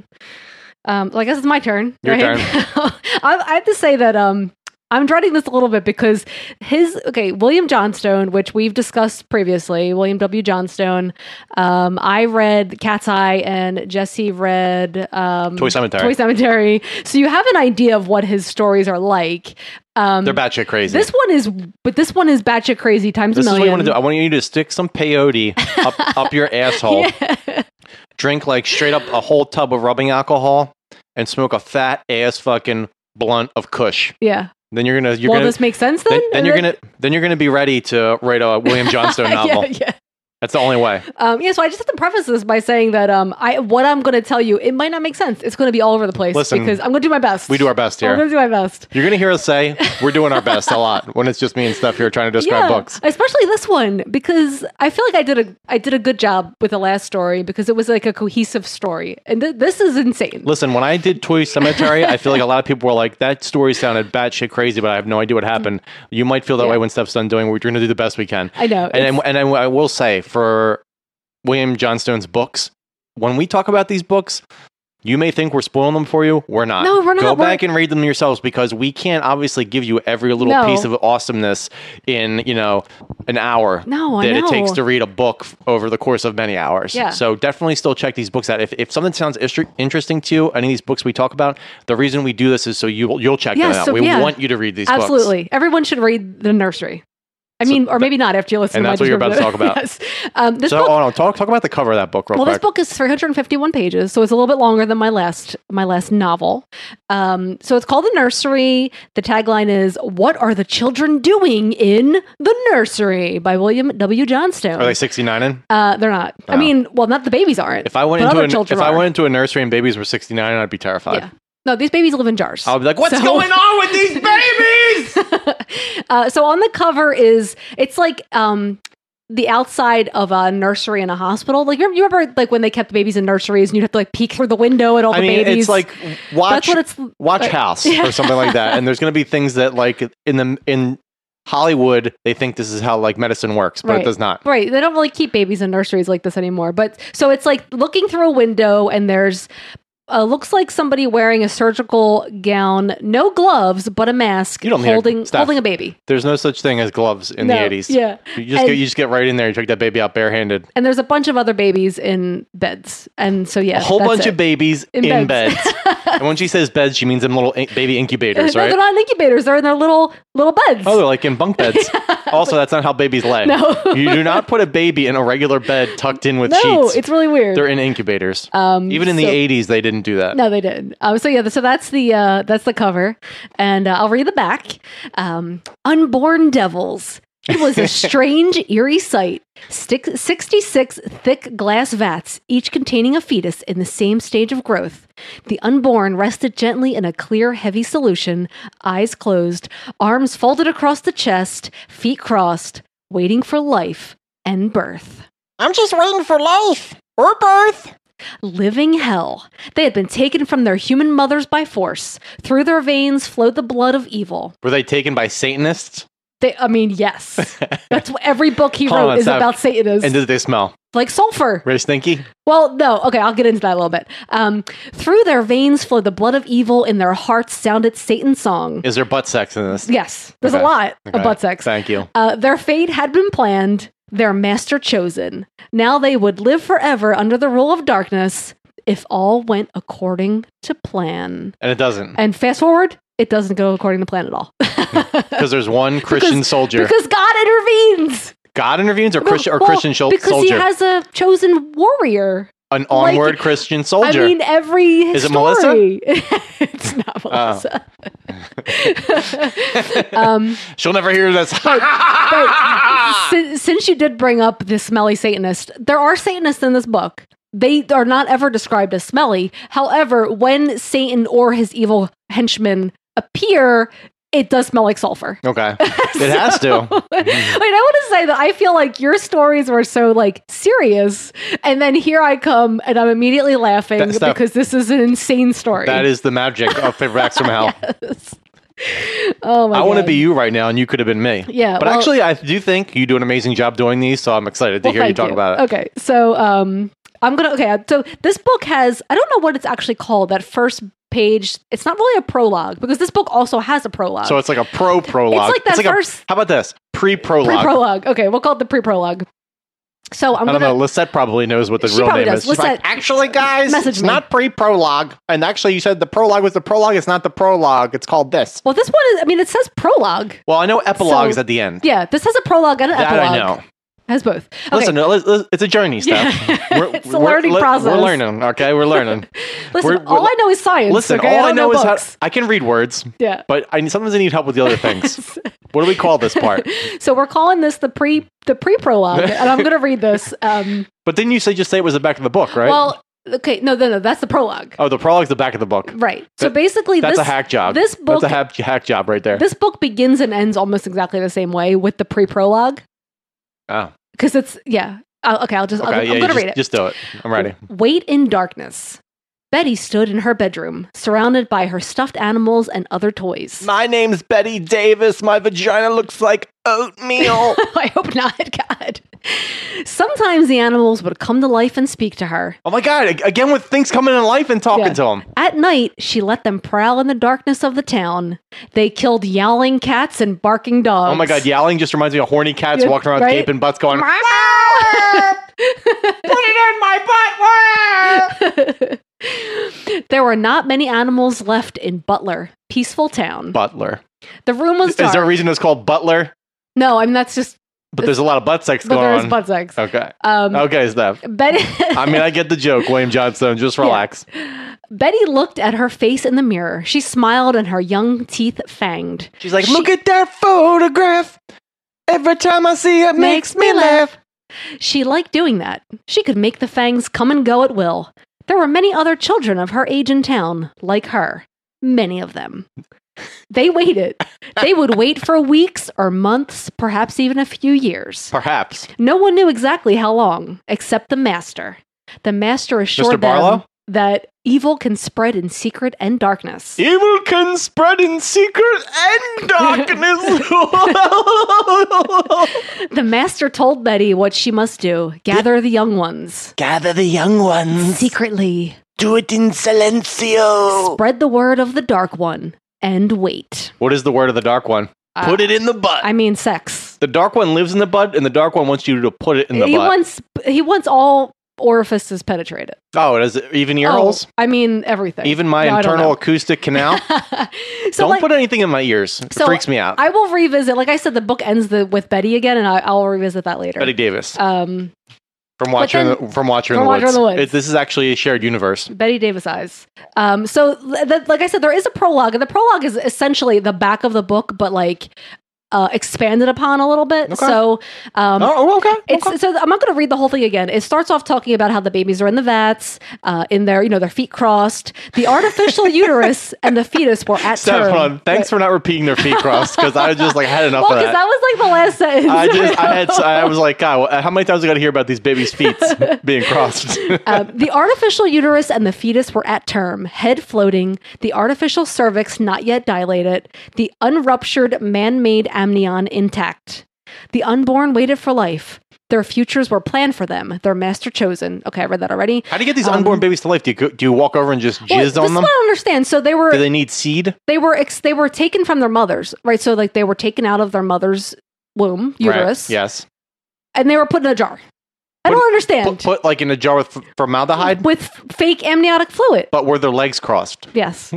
Um, well, I guess it's my turn. Your right? turn. I, I have to say that um, I'm dreading this a little bit because his okay, William Johnstone, which we've discussed previously, William W. Johnstone. Um, I read Cat's Eye, and Jesse read um, Toy Cemetery. Toy Cemetery. So you have an idea of what his stories are like. Um, They're batshit crazy. this one is, but this one is batshit crazy times This a is million. what you want to do. I want you to stick some peyote up, up your asshole, Yeah. drink like straight up a whole tub of rubbing alcohol, and smoke a fat ass fucking blunt of Kush. yeah. Then you're gonna you're Well, gonna this makes sense then. then, then you're gonna then you're gonna be ready to write a William Johnstone novel. yeah, yeah. That's the only way. Um, yeah. So I just have to preface this by saying that um, I what I'm going to tell you it might not make sense. It's going to be all over the place Listen, because I'm going to do my best. We do our best I'm here. going to do my best. You're gonna hear us say we're doing our best a lot when it's just me and Steph here trying to describe books. especially this one because I feel like I did a I did a good job with the last story because it was like a cohesive story, and th- this is insane. Listen, when I did Toy Cemetery, I feel like a lot of people were like, "That story sounded batshit crazy," but I have no idea what happened. You might feel that Yeah. way when Steph's done doing. We're going to do the best we can. I know. And it's- and I, I will say for William Johnstone's books, when we talk about these books. You may think we're spoiling them for you. We're not. No, we're Go not. We're- back and read them yourselves because we can't obviously give you every little No. piece of awesomeness in, you know, an hour no, I that know. it takes to read a book f- over the course of many hours. Yeah. So definitely still check these books out. If, if something sounds istri- interesting to you, any of these books we talk about, the reason we do this is so you, you'll check Yeah, them out. so- we yeah. want you to read these books. Absolutely. Everyone should read The Nursery. I So mean, or that- maybe not after you listen and to my that's what you're about to description. talk about. yes. Um, this so book hold on, talk, talk about the cover of that book real well, quick. this book is 351 pages, so it's a little bit longer than my last my last novel. Um, so it's called The Nursery. The tagline is "What are the children doing in the nursery?" by William W. Johnstone. Are they 69 in? uh, they're not. I Oh. mean, well, not the babies aren't. If I went but into other a, if children I are. went into a nursery and babies were 69, I'd be terrified. yeah. No, these babies live in jars. I'll be like, "What's So- going on with these babies?" Uh, so on the cover is it's like um the outside of a nursery in a hospital. Like you remember, you remember, like when they kept babies in nurseries and you'd have to like peek through the window at all I the mean, babies. it's like that's watch what it's watch like- House Yeah. or something like that. And there's going to be things that like in the in Hollywood they think this is how like medicine works, but Right. it does not. Right. They don't really keep babies in nurseries like this anymore. But so it's like looking through a window and there's uh, looks like somebody wearing a surgical gown, no gloves, but a mask, You don't need a- holding Steph. holding a baby. There's no such thing as gloves in No, the 80s. Yeah. You just And- get you just get right in there. You take that baby out barehanded. And there's a bunch of other babies in beds. And so yeah, a whole that's bunch it. of babies In in, beds. beds. and when she says beds, she means them little in- baby incubators, no, right? they're not in incubators. They're in their little little beds. Oh, they're like in bunk beds. Also, that's not how babies lay. No. you do not put a baby in a regular bed tucked in with no, sheets. it's really weird. They're in incubators. um, Even in the so- 80s, they didn't do that. No, they did. Um, so yeah, so that's the uh, that's the cover, and uh, I'll read the back. Um, Unborn devils. It was a strange, eerie sight. Stick, Sixty-six thick glass vats, each containing a fetus in the same stage of growth. The unborn rested gently in a clear, heavy solution, eyes closed, arms folded across the chest, feet crossed, waiting for life and birth. I'm just waiting for life or birth. living hell. They had been taken from their human mothers by force. Through their veins flowed the blood of evil. Were they taken by Satanists? They, I mean, yes. That's what every book he Hold wrote on, is stop. about Satanists. And did they smell? like sulfur. Were they stinky? Well, no. Okay, I'll get into that a little bit. Um, through their veins flowed the blood of evil. In their hearts sounded Satan's song. Is there butt sex in this? Yes, there's a Okay. lot Okay. of butt sex. Thank you. Uh, their fate had been planned, their master chosen. Now they would live forever under the rule of darkness if all went according to plan. And it doesn't. And fast forward, it doesn't go according to plan at all. Because there's one Christian soldier. because God intervenes. God intervenes or, Christian, or Well, Christian shol- Because soldier? he has a chosen warrior. An like- onward Christian soldier. I mean, every Is it Melissa? Oh. story. it's not Melissa. um, She'll never hear this. but si- since you did bring up the smelly Satanist, there are Satanists in this book. They are not ever described as smelly. However, when Satan or his evil henchmen appear, it does smell like sulfur. okay. It has to. Wait, I want to say that I feel like your stories were so like serious, and then here I come and I'm immediately laughing That- stop. because this is an insane story. That is the magic of Paperbacks from Hell. oh my! I want to God. be you right now, and you could have been me. Yeah, But well- actually, I do think you do an amazing job doing these, so I'm excited to Well, hear you thank Oh, talk about it. Okay, so um, I'm gonna okay. So this book has I don't know what it's actually called. That first page, it's not really a prologue because this book also has a prologue. So it's like a pro prologue. like that first- how about this? Pre pre prologue. prologue. Okay, we'll call it the pre prologue. So I'm I gonna don't know. Lisette probably knows what the She real probably name does. is. She's like, Lisette, actually, guys, message it's me." not pre prologue. And actually, you said the prologue was the prologue. It's not the prologue. It's called this. well, this one is. I mean, it says prologue. Well, I know epilogue So- is at the end. Yeah, this has a prologue and an that epilogue. I know. Has both. Okay. Listen, li- li- it's a journey, Steph. Yeah. It's a learning le- process. We're learning, okay? We're learning. Listen, We're- all we're- I know is science. Listen, okay? all I don't know is how books. I can read words, Yeah. but I sometimes I need help with the other things. what do we call this part? So we're calling this the pre the pre prologue, and I'm going to read this. Um, But didn't you say just say it was the back of the book, right? Well, okay, no, no, no, that's the prologue, oh, the prologue's the back of the book. right? So That- basically, That's this a hack job. this book- That's a hack, hack job right there. this book begins and ends almost exactly the same way with the pre prologue oh, because it's yeah. I'll, okay, I'll just okay. I'll, yeah, I'm you going to just, read it. just do it. I'm ready. Wait in darkness. Betty stood in her bedroom, surrounded by her stuffed animals and other toys. My name's Betty Davis. My vagina looks like oatmeal. I hope not, God. Sometimes the animals would come to life and speak to her. oh my God. ag- Again, with things coming to life and talking Yeah. to them. At night, she let them prowl in the darkness of the town. They killed yowling cats and barking dogs. Oh my God. Yowling just reminds me of horny cats Yeah, walking around right? with gaping butts going, there were not many animals left in Butler, peaceful town. Butler. the room was dark. Is there a reason it's called Butler? no, I mean that's just But there's a lot of butt sex but going there is on. butt sex. okay. Um, Okay, Steph. Betty, I mean, I get the joke, William Johnstone. Just relax. Betty looked at her face in the mirror. She smiled and her young teeth fanged. She's like, She- look at that photograph. Every time I see it, makes me laugh. She liked doing that. She could make the fangs come and go at will. There were many other children of her age in town, like her. Many of them. They waited. they would wait for weeks or months, perhaps even a few years. Perhaps. No one knew exactly how long, except the master. The master assured them Barlow? that evil can spread in secret and darkness. Evil can spread in secret and darkness. The master told Betty what she must do gather the young ones. Gather the young ones. Secretly, Do it in silencio. spread the word of the dark one and wait. What is the word of the dark one? Uh, put it in the butt. I mean, sex. the dark one lives in the butt, and the dark one wants you to put it in the he butt. wants he wants all orifices penetrated. oh, it is even your holes? Oh, I mean everything. Even my No, I don't internal know. acoustic canal. so don't like, put anything in my ears. It so freaks me out. I will revisit. Like I said, the book ends the, with Betty again, and I, I'll revisit that later. Betty Davis um, from Watcher in then- the, from Watcher in from the Watcher in Woods. the Woods. It- this is actually a shared universe. Betty Davis eyes. Um, so, th- th- like I said, there is a prologue, and the prologue is essentially the back of the book, but like uh, expanded upon a little bit. Okay. So, um, oh, okay. It's, okay. so I'm not going to read the whole thing again. It starts off talking about how the babies are in the vats, uh, in their you know their feet crossed, the artificial uterus and the fetus were at Steph, term. hold on. Thanks for not repeating their feet crossed because I just like had enough Well, of because that. that was like the last sentence. I just, I had, I was like, God, wh- how many times I got to hear about these babies' feet being crossed? Um, the artificial uterus and the fetus were at term, head floating, the artificial cervix not yet dilated, the unruptured man made amnion intact. The unborn waited for life. Their futures were planned for them, their master chosen. Okay, I read that already. how do you get these Um, unborn babies to life? Do you go, do you walk over and just Well, jizz this on is them? what I don't understand. So they were Do they need seed? they were ex- they were taken from their mothers, right? So like they were taken out of their mother's womb, uterus, Right. Yes. and they were put in a jar. I Put- don't understand. Put, put like in a jar with f- formaldehyde, with f- fake amniotic fluid. but were their legs crossed? Yes.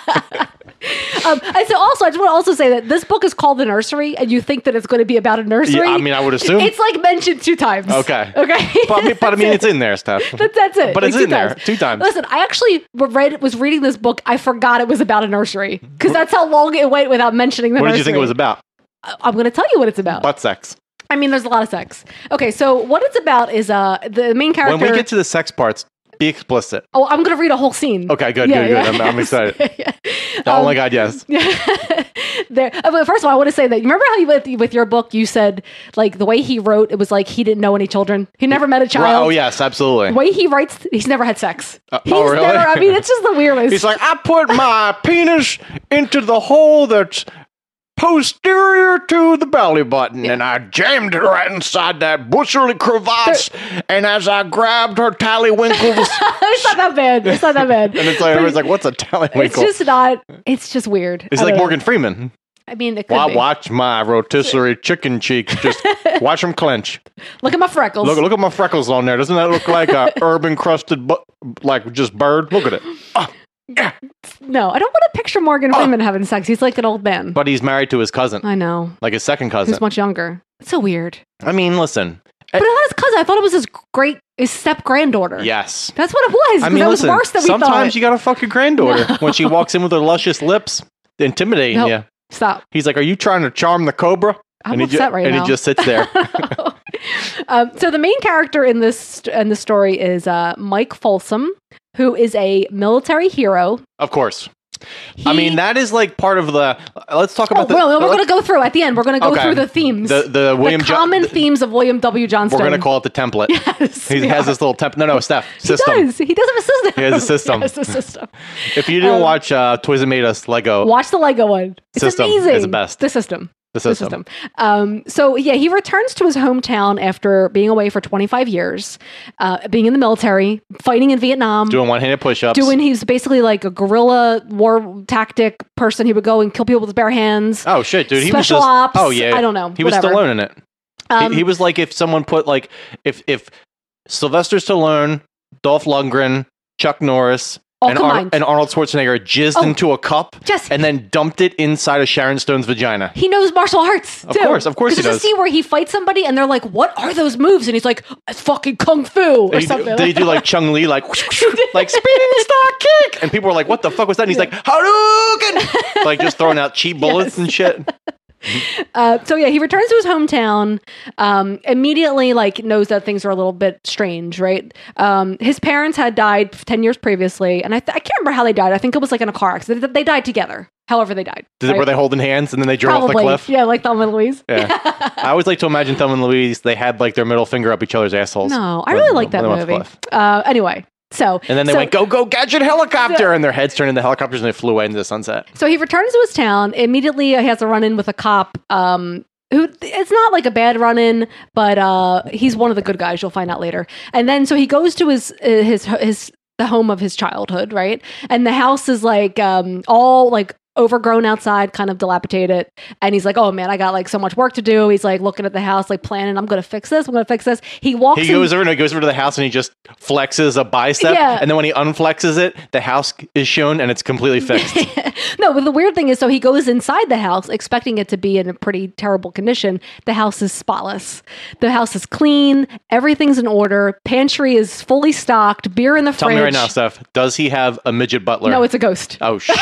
um, and so also, I just want to also say that this book is called The Nursery, and you think that it's going to be about a nursery. Yeah, I mean, I would assume. it's like mentioned two times. Okay. Okay. but, I mean, but I mean, That's it's it. in there, Steph. That- that's it. But Like, it's two in there times. two times. Listen, I actually read was reading this book. I forgot it was about a nursery because that's how long it went without mentioning the what nursery. did you think it was about? I- I'm going to tell you what it's about. Butt sex. I mean, there's a lot of sex. Okay, so what it's about is uh the main character. When we get to the sex parts, be explicit. oh, I'm going to read a whole scene. Okay, good, Yeah, good, good. yeah. I'm, I'm excited. Yeah. oh my Um, God, yes. Yeah. there. uh, But first of all, I want to say that you remember how you with, with your book you said like the way he wrote it was like he didn't know any children. He never met a Right, child. oh, yes, absolutely. The way he writes, he's never had sex. Uh, he's oh, really? never. I mean, it's just the weirdest. He's like, I put my penis into the hole that's posterior to the belly button, and I jammed it right inside that bushy crevasse. and as I grabbed her tallywinkles, it's not that bad. It's not that bad. and it's like, everyone's like, what's a It's tallywinkle? It's, just not. It's just weird. I like don't know. Morgan Freeman. I mean, it could Why be. watch my rotisserie chicken cheeks? Just watch them clench. Look at my freckles. Look, look at my freckles on there. Doesn't that look like a urban crusted, bu- like just bird? Look at it. No, I don't want to picture Morgan Freeman having sex. He's like an old man. Oh. But he's married to his cousin, I know. like his second cousin. Who's much younger. It's so weird. I mean, listen. But it's not his cousin. I thought it was his great, his step granddaughter. Yes. That's what it was. I 'cause mean, that listen, was worse than we sometimes thought. you got to fuck your granddaughter when she walks in with her luscious lips, intimidating No. you. Stop. He's like, "Are you trying to charm the cobra?" I'm and he upset right and now. he just sits there. um, so the main character in this in the story is uh, Mike Folsom, who is a military hero. of course. He, I mean, that is like part of the. Let's talk Oh, about the. well, we're going to go through at the end. We're going to go Okay. through the themes, the, the William Jo- common the- themes of William W. Johnston. We're going to call it the template. Yes, He we has are. this little temp. No, no, Steph. He System. does. He does have a system. He has a system. He has a system. If you didn't Um, watch uh, Toys That Made Us Lego, Watch the Lego one. It's System is amazing. the best. The system. the the system. system. Um, so yeah, he returns to his hometown after being away for 25 years, uh, being in the military, fighting in Vietnam. doing one-handed push-ups, Doing, he was basically like a guerrilla war tactic person. He would go and kill people with his bare hands. Oh shit, dude! He Special was just, ops, Oh yeah, I don't know, He was whatever. Stallone in it. Um, he, he was like if someone put like if if Sylvester Stallone, Dolph Lundgren, Chuck Norris, All and, Ar- combined. and Arnold Schwarzenegger jizzed Oh. into a cup Yes. and then dumped it inside of Sharon Stone's vagina. he knows martial arts. Of too. course, of course 'Cause he there's does. a scene where he fights somebody, and they're like, "What are those moves?" And he's like, "It's fucking kung fu or They do, something." they do like Chung Li, like like spinning star kick, and people are like, "What the fuck was that?" And he's like, "Hadouken!" like just throwing out cheap bullets Yes. and shit. Uh, so yeah, he returns to his hometown. Um, immediately, like knows that things are a little bit strange, right? Um, his parents had died ten years previously, and I, th- I can't remember how they died. I think it was like in a car accident. They- They died together. However, they died. Did, right? Were they holding hands and then they drove Probably, off the cliff? yeah, like Thelma and Louise. Yeah. I always like to imagine Thelma and Louise, they had like their middle finger up each other's assholes. No, I when- really like that when they went off the movie. cliff. Uh, anyway, so And then they so- went, go, go, gadget helicopter. and their heads turned into helicopters and they flew away into the sunset. So he returns to his town. Immediately, he has a run in with a cop. Um, who it's not like a bad run in, but uh, he's one of the good guys. You'll find out later. And then so he goes to his uh, his his the home of his childhood, right? And the house is like um, all like overgrown outside, kind of dilapidated. And he's like, "Oh man, I got like so much work to do." He's like looking at the house, like planning, "I'm gonna fix this. I'm gonna fix this." He walks. He in- goes over and he goes over to the house and he just flexes a bicep. Yeah. And then when he unflexes it, the house is shown and it's completely fixed. no, but the weird thing is, so he goes inside the house expecting it to be in a pretty terrible condition. The house is spotless. The house is clean. Everything's in order. Pantry is fully stocked. Beer in the Tell fridge. me right now, Steph, does he have a midget butler? No, it's a ghost. oh, shit.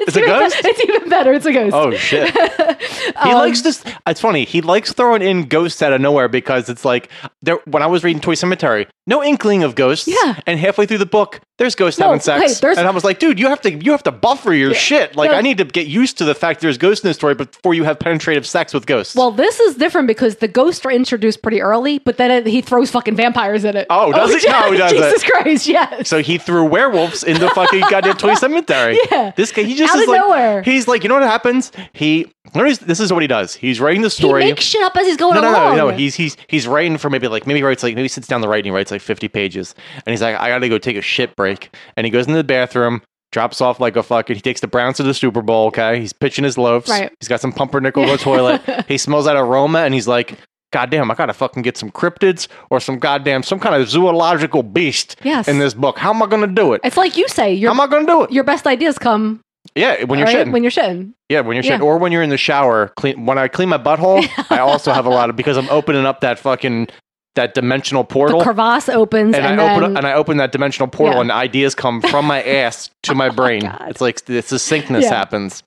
it's a ghost? It's even better. It's a ghost. Oh shit! He Um, likes this. It's funny. He likes throwing in ghosts out of nowhere because it's like there. When I was reading Toy Cemetery, no inkling of ghosts. Yeah. And halfway through the book, there's ghosts No, having sex, wait, there's- and I was like, dude, you have to you have to buffer your shit. Like no. I need to get used to the fact there's ghosts in the story before you have penetrative sex with ghosts. Well, this is different because the ghosts are introduced pretty early, but then it, he throws fucking vampires in it. Oh, does he? No, he doesn't. Jesus Christ, yes. So he threw werewolves in the fucking goddamn toy cemetery. Yeah. This guy, he just Out is of like, nowhere. he's like, you know what happens? He, notice this is what he does. He's writing the he story. makes shit up as he's going no, no, along. no, no. He's he's he's writing for maybe like maybe he writes like maybe he sits down to write and he writes like fifty pages, and he's like, I gotta go take a shit break, and he goes into the bathroom. Drops off like a fucking. He takes the Browns to the Super Bowl. Okay, he's pitching his loaves. Right. He's got some pumpernickel in the toilet. He smells that aroma and he's like, "God damn, I gotta fucking get some cryptids or some goddamn some kind of zoological beast Yes. in this book. How am I gonna do it? it's like you say, How your am I gonna do it? your best ideas come Yeah, when you're right? shitting. when you're shitting. Yeah, when you're Yeah. shitting, or when you're in the shower. Clean when I clean my butthole, I also have a lot of because I'm opening up that fucking that dimensional portal, The crevasse opens, and, and, I then open and I open that dimensional portal, Yeah. Oh and ideas come from my ass to my brain. God. it's like it's a sickness Yeah. happens.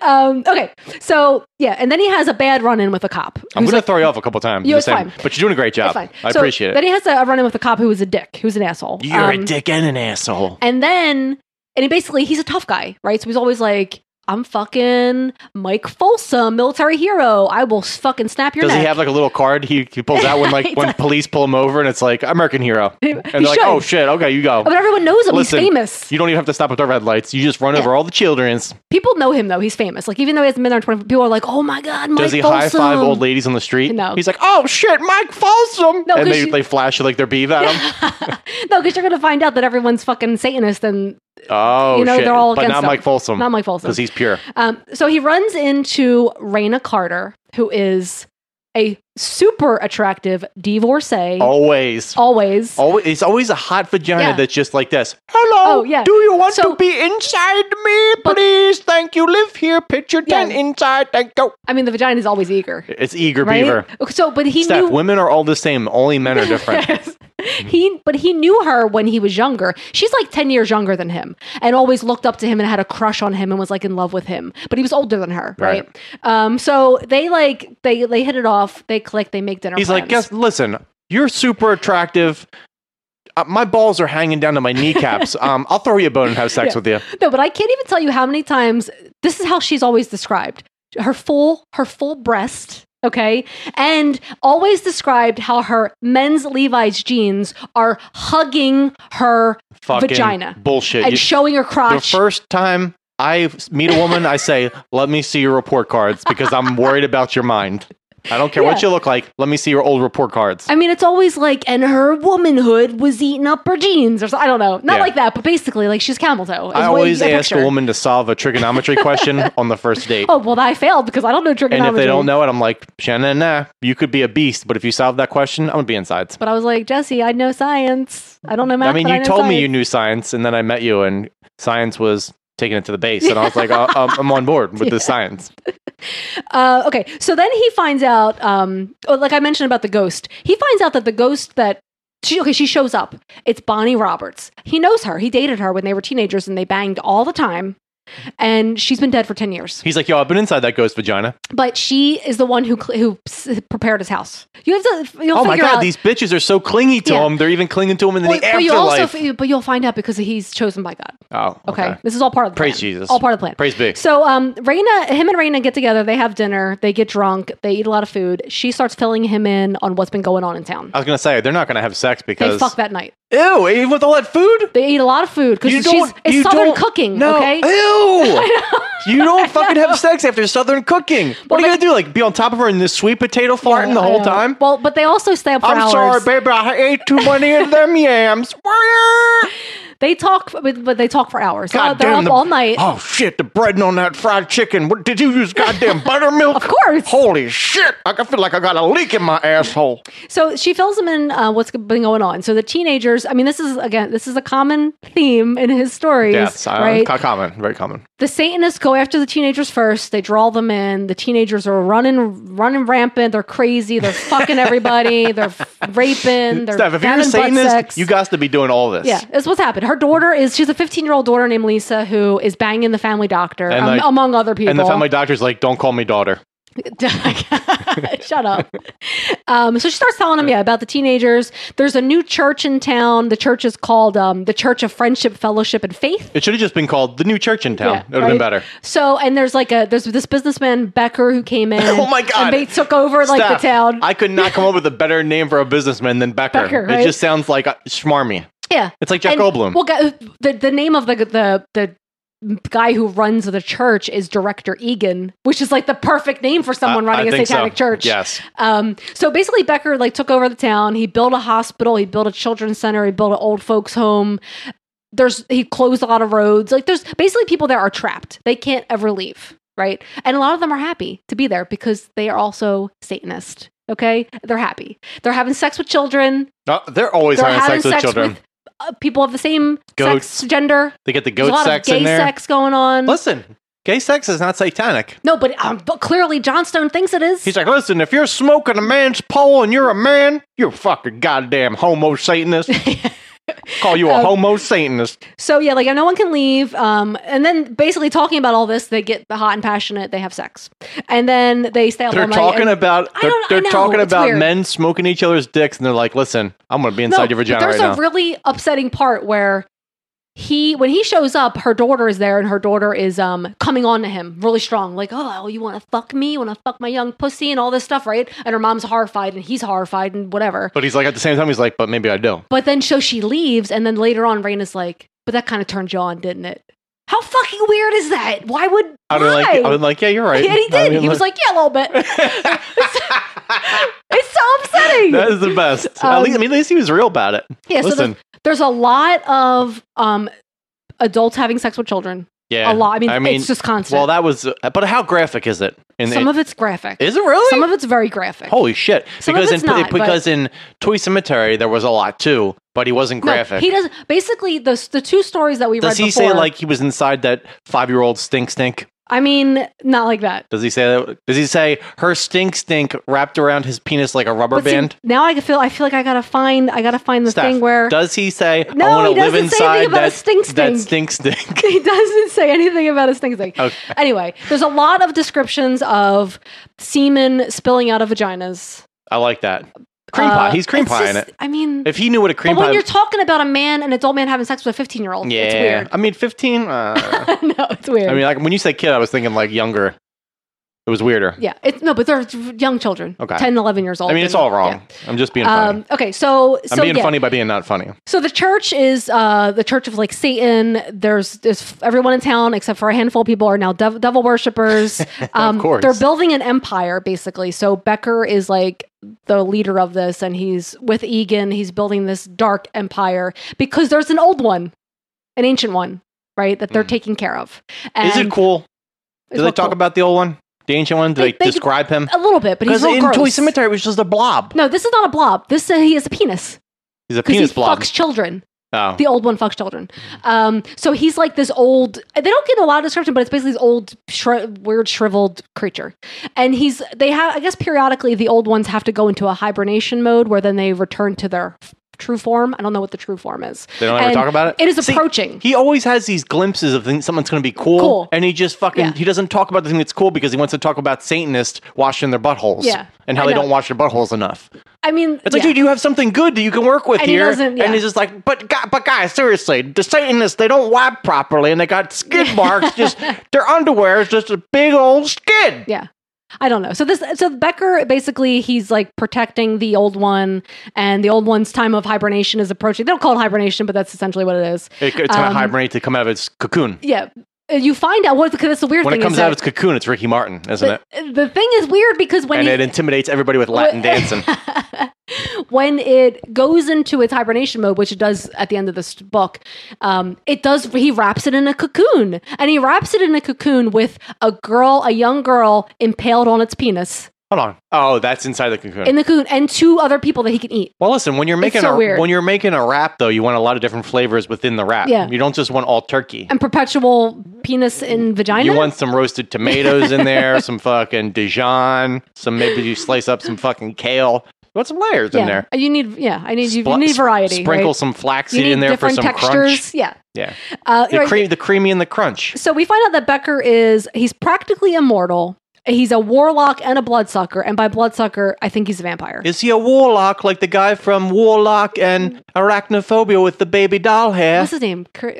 Um, okay, so yeah, and then he has a bad run in with a cop. I'm who's gonna like- throw you off a couple times. Yeah, just it's saying, fine. But you're doing a great job. It's fine. I So appreciate Then it. he has a run in with a cop who was a dick, who's an asshole. You're Um, a dick and an asshole. And then, and he basically, he's a tough guy, right? So he's always like, I'm fucking Mike Folsom, military hero. I will s- fucking snap your Does neck. he have like a little card he, he pulls out when like when police pull him over and it's like American hero, and they're he like, should. oh shit, okay, you go. but everyone knows him. Listen, he's famous. You don't even have to stop at the red lights. You just run over all the childrens. People know him, though. He's famous. Like, even though he hasn't been there in 20, people are like, oh my God, Mike Does he Folsom. high five old ladies on the street? No. He's like, oh shit, Mike Folsom. No, and 'cause they, you- they flash like their beef at him. no, because you're going to find out that everyone's fucking Satanist and oh, You know, shit. they're all but against not him. Mike Folsom. not Mike Folsom. Because he's pure. Um, so he runs into Raina Carter, who is a super attractive divorcee. Always. Always. Always, it's always a hot vagina Yeah. that's just like this. Hello. Oh, yeah. Do you want So- to be inside me, But- please? Thank you. Live here. Picture Yeah. ten inside. Thank you. I mean, the vagina is always eager. It's eager Right? beaver. So, but he Steph, knew. women are all the same. Only men are different. Yes. He, but he knew her when he was younger. She's like ten years younger than him, and always looked up to him and had a crush on him and was like in love with him. But he was older than her, right? Right. Um, so they like they they hit it off. They click. They make dinner. He's like, plans. guess, listen, you're super attractive. Uh, my balls are hanging down to my kneecaps. um, I'll throw you a bone and have Yeah. sex with you. No, but I can't even tell you how many times this is how she's always described. Her full her full breast, okay? And always described how her men's Levi's jeans are hugging her Fucking Vagina. bullshit. and You- showing her the crotch. first time I f- meet a woman, I say, "Let me see your report cards because I'm worried about your mind. I don't care what Yeah. you look like. Let me see your old report cards." I mean, it's always like, and her womanhood was eating up her jeans, or so, I don't know, not Yeah. like that, but basically, like she's camel toe. is I what always I ask a picture. woman to solve a trigonometry question on the first date. Oh well, I failed because I don't know and trigonometry. if they don't know it, I'm like, Shannon, nah, you could be a beast, but if you solve that question, I'm gonna be insides. but I was like, Jesse, I know science. I don't know math. I mean, but you know told science. me you knew science, and then I met you, and science was taking it to the base, and I was like, I, I'm I'm on board with the science. Uh, okay, so then he finds out, um, oh, like I mentioned about the ghost. He finds out that the ghost that she okay, she shows up. It's Bonnie Roberts. He knows her. He dated her when they were teenagers, and they banged all the time. and she's been dead for 10 years. He's like, yo, I've been inside that ghost vagina. But she is the one who cl- who s- prepared his house. You have to you'll oh my figure god, out these bitches are so clingy to Yeah. him. They're even clinging to him in the Well, but you also afterlife. f- but you'll find out because he's chosen by God. oh, Okay. This is all part of the Praise plan. Jesus. All part of the plan. Praise be. So um Raina him and Raina get together, they have dinner, they get drunk, they eat a lot of food. She starts filling him in on what's been going on in town. I was gonna say they're not gonna have sex They Uh, because fuck that night. ew, even with all that food. They eat a lot of food because You she's don't. it's you southern don't- cooking, No, okay? ew. you don't fucking have sex after southern cooking. What are you gonna do? Like be on top of her and this sweet potato farting Yeah, the I whole know. time? Well, but they also stay up for I'm hours. sorry, baby. I ate too many of them yams. They talk, but but they talk for hours. They're- God they're damn, up the- all night. Oh shit! The breading on that fried chicken. What did you use? Goddamn buttermilk. Of course. Holy shit! I can feel like I got a leak in my asshole. So she fills him in uh, what's been going on. So the teenagers. I mean, this is again, this is a common theme in his stories, right? uh, common, very common. the Satanists go after the teenagers first. They draw them in. The teenagers are running, running rampant. They're crazy. They're fucking everybody. They're f- raping. They're Steph, if you're a having butt Satanist, sex. you got to be doing all this. Yeah, that's what's happened. Her daughter is she's a 15 year old daughter named Lisa who is banging the family doctor And, um, like- among other people. And the family doctor's like, "Don't call me daughter." Shut up. Um, so she starts telling him, yeah, about the teenagers. There's a new church in town. The church is called um, the Church of Friendship, Fellowship, and Faith. It should have just been called the new church in town. Yeah, it would have been right? better. So, and there's like a there's this businessman Becker who came in. Oh my God. And they took over like Steph, the town. I could not come up with a better name for a businessman than Becker. Becker, It right? just sounds like uh, schmarmy. yeah, It's like Jeff And- Goldblum. Well, gu- the the name of the the the guy who runs the church is Director Egan, which is like the perfect name for someone I- I running a think so. satanic church. Yes. Um, so basically, Becker like took over the town. He built a hospital. He built a children's center. He built an old folks home. There's he closed a lot of roads. Like there's basically people there are trapped. They can't ever leave, right? And a lot of them are happy to be there because they are also Satanist. Okay, they're happy. They're having sex with children. Uh, they're always They're having having sex with sex children. with uh, people of the same Goats. sex gender. they get the There's a goat lot sex of in gay there. sex going on. Listen, gay sex is not satanic. no, but um, but clearly Johnstone thinks it is. He's like, listen, if you're smoking a man's pole and you're a man, you're a fucking goddamn homo satanist. Call you a Um, homo satanist. So yeah, like no one can leave. Um, and then basically talking about all this, they get hot and passionate. They have sex, and then they stay up They're all night. talking and- about oh I they're, don't- I they're know, talking it's about weird. men smoking each other's dicks, and they're like, listen, I'm gonna be No, inside your but vagina right There's now. a really upsetting part where he, when he shows up, her daughter is there, and her daughter is um coming on to him really strong, like, oh, you want to fuck me? You want to fuck my young pussy and all this stuff, right? And her mom's horrified, and he's horrified, and whatever. but he's like, at the same time, he's like, but maybe I do. But then so she leaves, and then later on, Raina's like, but that kind of turned you on, didn't it? How fucking weird is that? Why would I would why? like, I would like, yeah, you're right. And he I did. mean, he was like, yeah, a little bit. it's so upsetting. that is the best. at Um, least, I mean, at least he was real about it. yeah, so Listen, there's, there's a lot of um, adults having sex with children. yeah, A lot. I mean, it's just constant. well, that was, but how graphic is it? And Some it- of it's graphic. is it really? Some of it's very graphic. Holy shit! Some of because it's in not, but- because in Toy Cemetery there was a lot too, but he wasn't No, graphic. he doesn't. Basically, the the two stories that we Does read he before. say like he was inside that five year old stink stink? I mean, not like that. Does he say that? Does he say her stink stink wrapped around his penis like a rubber But see, band? now I feel. I feel like I gotta find. I gotta find the Steph, thing where does he say No, I want he to live doesn't say inside anything about a that stink that stink." stink stink? he doesn't say anything about his things like Okay. anyway there's a lot of descriptions of semen spilling out of vaginas I like that cream pie. Uh, He's cream it's pie in just- it. i mean If he knew what a cream but when pie, you're talking about a man an adult man having sex with a 15 year old yeah, it's weird I mean fifteen. Uh, no it's weird I mean, like, when you say kid, I was thinking like younger. It was weirder. yeah it's no but they're young children Okay. 10 11 years old I mean, it's and- all wrong. yeah. I'm just being funny. Um, okay, so I'm so being yeah, funny by being not funny. so the church is uh, the church of like Satan. There's, there's everyone in town except for a handful of people are now dev- devil worshippers. Um, course. they're building an empire basically. So Becker is like the leader of this, and he's with Egan. He's building this dark empire because there's an old one, an ancient one, right? That they're Mm. taking care of. Is it cool? it's Do they real talk cool. about the old one, the ancient one? Do They- they, they- describe him? a little bit? But he's Because real in Toy gross. Cemetery, it was just a blob. No, this is not a blob. This uh, he is a penis He's a because he penis blob. fucks children. Oh. The old one fucks children. Um, so he's like this old. They don't get a lot of description, but it's basically this old, shri- weird, shriveled creature. And he's they have. I guess periodically the old ones have to go into a hibernation mode, where then they return to their true form. I don't know what the true form is. They don't ever And talk about it? It is See, approaching. He always has these glimpses of things, someone's going to be cool, Cool. and he just fucking Yeah. he doesn't talk about the thing that's cool because he wants to talk about Satanists washing their buttholes, Yeah. and how I they know. don't wash their buttholes enough. I mean, It's like, yeah. dude, you have something good that you can work with And he here, doesn't- yeah. and he's just like, but guy, but guys, seriously, the Satanists they don't wipe properly, and they got skid marks. just their underwear is just a big old skid. Yeah. I don't know. So this so Becker basically he's like protecting the old one and the old one's time of hibernation is approaching. They don't call it hibernation, but that's essentially what it is. It, it's gonna Um, hibernate to come out of its cocoon. Yeah. Uh, You find out what because that's the weird When it thing comes is out of that- its cocoon, it's Ricky Martin, isn't it? the, the thing is weird because when And he- it intimidates everybody with Latin dancing. when it goes into its hibernation mode, which it does at the end of this book, um, it does. He wraps it in a cocoon, and he wraps it in a cocoon with a girl, a young girl, impaled on its penis Hold on. Oh, that's inside the cocoon. in the cocoon, and two other people that he can eat. Well, listen. When you're making so a weird. when you're making a wrap, though, you want a lot of different flavors within the wrap. Yeah. You don't just want all turkey. And perpetual penis in vagina. You want some roasted tomatoes in there, some fucking Dijon, some maybe you slice up some fucking kale. You want some layers yeah. in there. You need yeah. I need you, you Spl- need variety. Sprinkle right? some you flaxseed need in there for different some textures. crunch. Yeah. Yeah. Uh, The right. cream, the creamy and the crunch. So we find out that Becker is he's practically immortal. He's a warlock and a bloodsucker, and by bloodsucker, I think he's a vampire. Is he a warlock like the guy from Warlock and Arachnophobia with the baby doll hair? What's his name? Cr-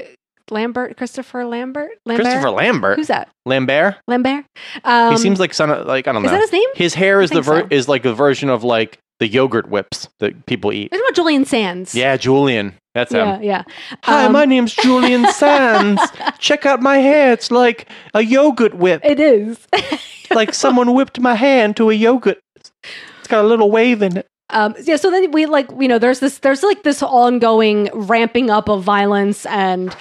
Lambert, Christopher Lambert, Lambert. Christopher Lambert. Who's that? Lambert. Lambert. Um, he seems like son of, like I don't know. Is that his name? His hair is the think ver- so. is like a version of like the yogurt whips that people eat. It's about Julian Sands. Yeah, Julian. That's him. yeah, yeah. Hi, Um, my name's Julian Sands. Check out my hair. It's like a yogurt whip. It is. like someone whipped my hair into a yogurt. It's got a little wave in it. Um, yeah. So then we like you know there's this there's like this ongoing ramping up of violence and.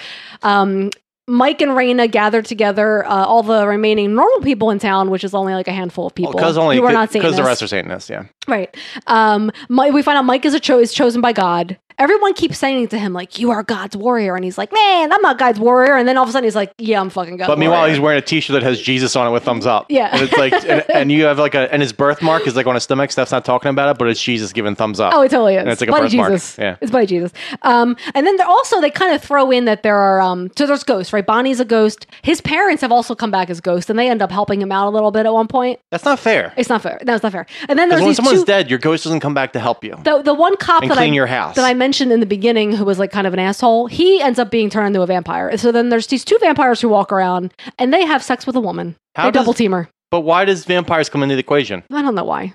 Um, Mike and Raina gather together uh, all the remaining normal people in town, which is only like a handful of people. Because only who are not because the Satanists. rest are Satanists. Yeah. Right. Um, Mi- we find out Mike is a cho- is chosen by God. Everyone keeps saying to him like, "You are God's warrior," and he's like, "Man, I'm not God's warrior." And then all of a sudden, he's like, "Yeah, I'm fucking God." But meanwhile, warrior. he's wearing a T-shirt that has Jesus on it with thumbs up. Yeah. and it's like, and, and you have like a, and his birthmark is like on his stomach. Steph's not talking about it, but it's Jesus giving thumbs up. oh, it totally is. And it's like a Bloody birthmark. Jesus. Yeah. it's by Jesus. Um, and then they're also they kind of throw in that there are um, so there's ghosts, right? Bonnie's a ghost. His parents have also come back as ghosts, and they end up helping him out a little bit at one point. That's not fair. It's not fair. No, it's not fair. And then there's Because when these someone's two. dead, your ghost doesn't come back to help you. the, the one cop And that clean I your house. that I mentioned in the beginning who was like kind of an asshole, he ends up being turned into a vampire. So then there's these two vampires who walk around and they have sex with a woman. How they does- double team her. But why does vampires come into the equation? I don't know why.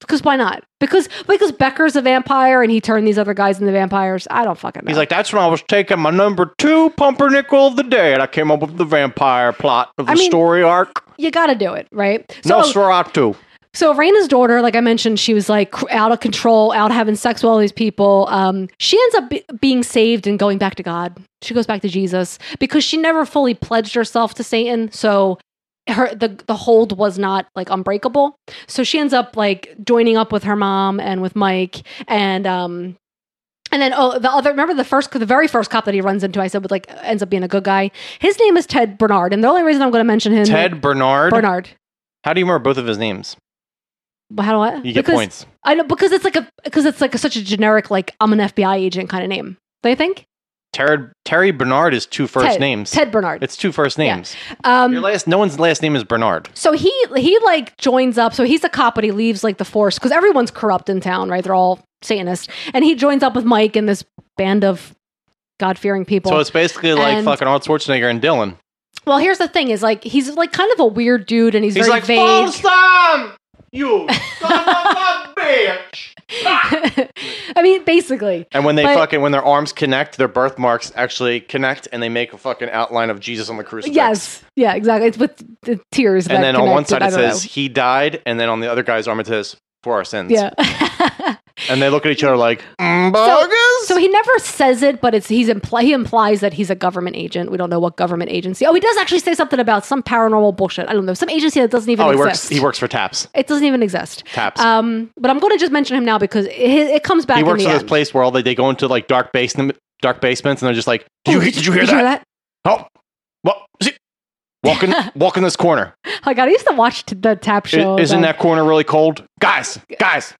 Because why not? Because because Becker's a vampire and he turned these other guys into vampires. I don't fucking know. He's like, that's when I was taking my number two pumpernickel of the day, and I came up with the vampire plot of the I mean- story arc. you got to do it, right? So Nosferatu. so Raina's daughter, like I mentioned, she was like cr- out of control, out having sex with all these people. Um, she ends up be- being saved and going back to God. She goes back to Jesus because she never fully pledged herself to Satan. So her the the hold was not like unbreakable. So she ends up like joining up with her mom and with Mike and um and then oh the other remember the first the very first cop that he runs into I said would like ends up being a good guy. His name is Ted Bernard, and the only reason I'm going to mention him Ted Bernard. Bernard. How do you remember both of his names? How do I? You get because- points. I know because it's like a because it's like a, such a generic like I'm an FBI agent kind of name. Don't you think? Terry, Terry Bernard is two first Ted, names. Ted Bernard. It's two first Yeah. names. Your Um, last, no one's last name is Bernard. so he he like joins up. So he's a cop, but he leaves like the force because everyone's corrupt in town, right? They're all Satanists, and he joins up with Mike and this band of God fearing people. So it's basically like And- fucking Arnold Schwarzenegger and Dylan. well, here's the thing: is like he's like kind of a weird dude, and he's, He's very like, vague. Folsom! You son of a bitch! I mean, basically, And when they But- fucking when their arms connect, their birthmarks actually connect, and they make a fucking outline of Jesus on the crucifix. yes, yeah, exactly. It's with the tears. And that then on one connect, side I it don't know. says he died, and then on the other guy's arm it says for our sins. yeah. And they look at each other like, So, "Mbuggers?" so he never says it, but it's he's impl- he implies that he's a government agent. We don't know what government agency. Oh, he does actually say something about some paranormal bullshit. I don't know some agency that doesn't even oh, he works. exist. He works for Taps. It doesn't even exist. Taps. Um, but I'm going to just mention him now because it, it comes back. he works in the for this end. place where all they, they go into like dark basement, dark basements, and they're just like, "Did you, did you hear Did that? Oh, well, see, walk in, walk in this corner. Oh my god, I used to watch t- the tap is show. isn't the- that corner really cold, guys? Guys,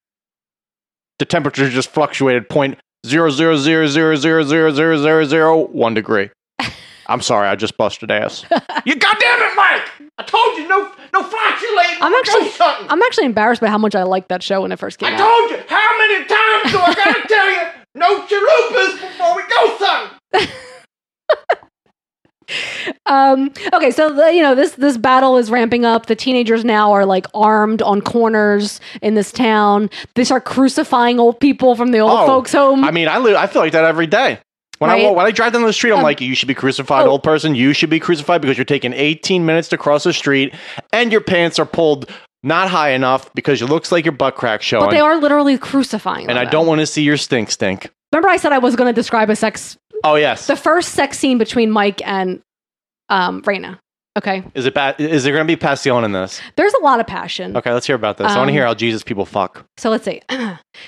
the temperature just fluctuated point zero zero zero zero zero zero zero zero zero one degree. I'm sorry, I just busted ass. You goddamn it, Mike! I told you no, no flatulating. I'm no actually- something. I'm actually embarrassed by how much I liked that show when it first came I out. told you how many times do I gotta tell you no chalupas before we go, son. Um, okay, so the, you know this this battle is ramping up. The teenagers now are like armed on corners in this town. They start crucifying old people from the old Oh, folks' home. I mean, I live, I feel like that every day. When I Right? I when I drive down the street, I'm Um, like, you should be crucified, oh. old person. You should be crucified because you're taking 18 minutes to cross the street, and your pants are pulled not high enough because it looks like your butt crack but showing. they are literally crucifying. and I them. don't want to see your stink stink. remember. I said I was going to describe a sex. Oh yes, The first sex scene between Mike and um, Raina. Okay, is it bad? Is there going to be passion in this? there's a lot of passion. Okay, let's hear about this. I want Um, to hear how Jesus people fuck. So let's see.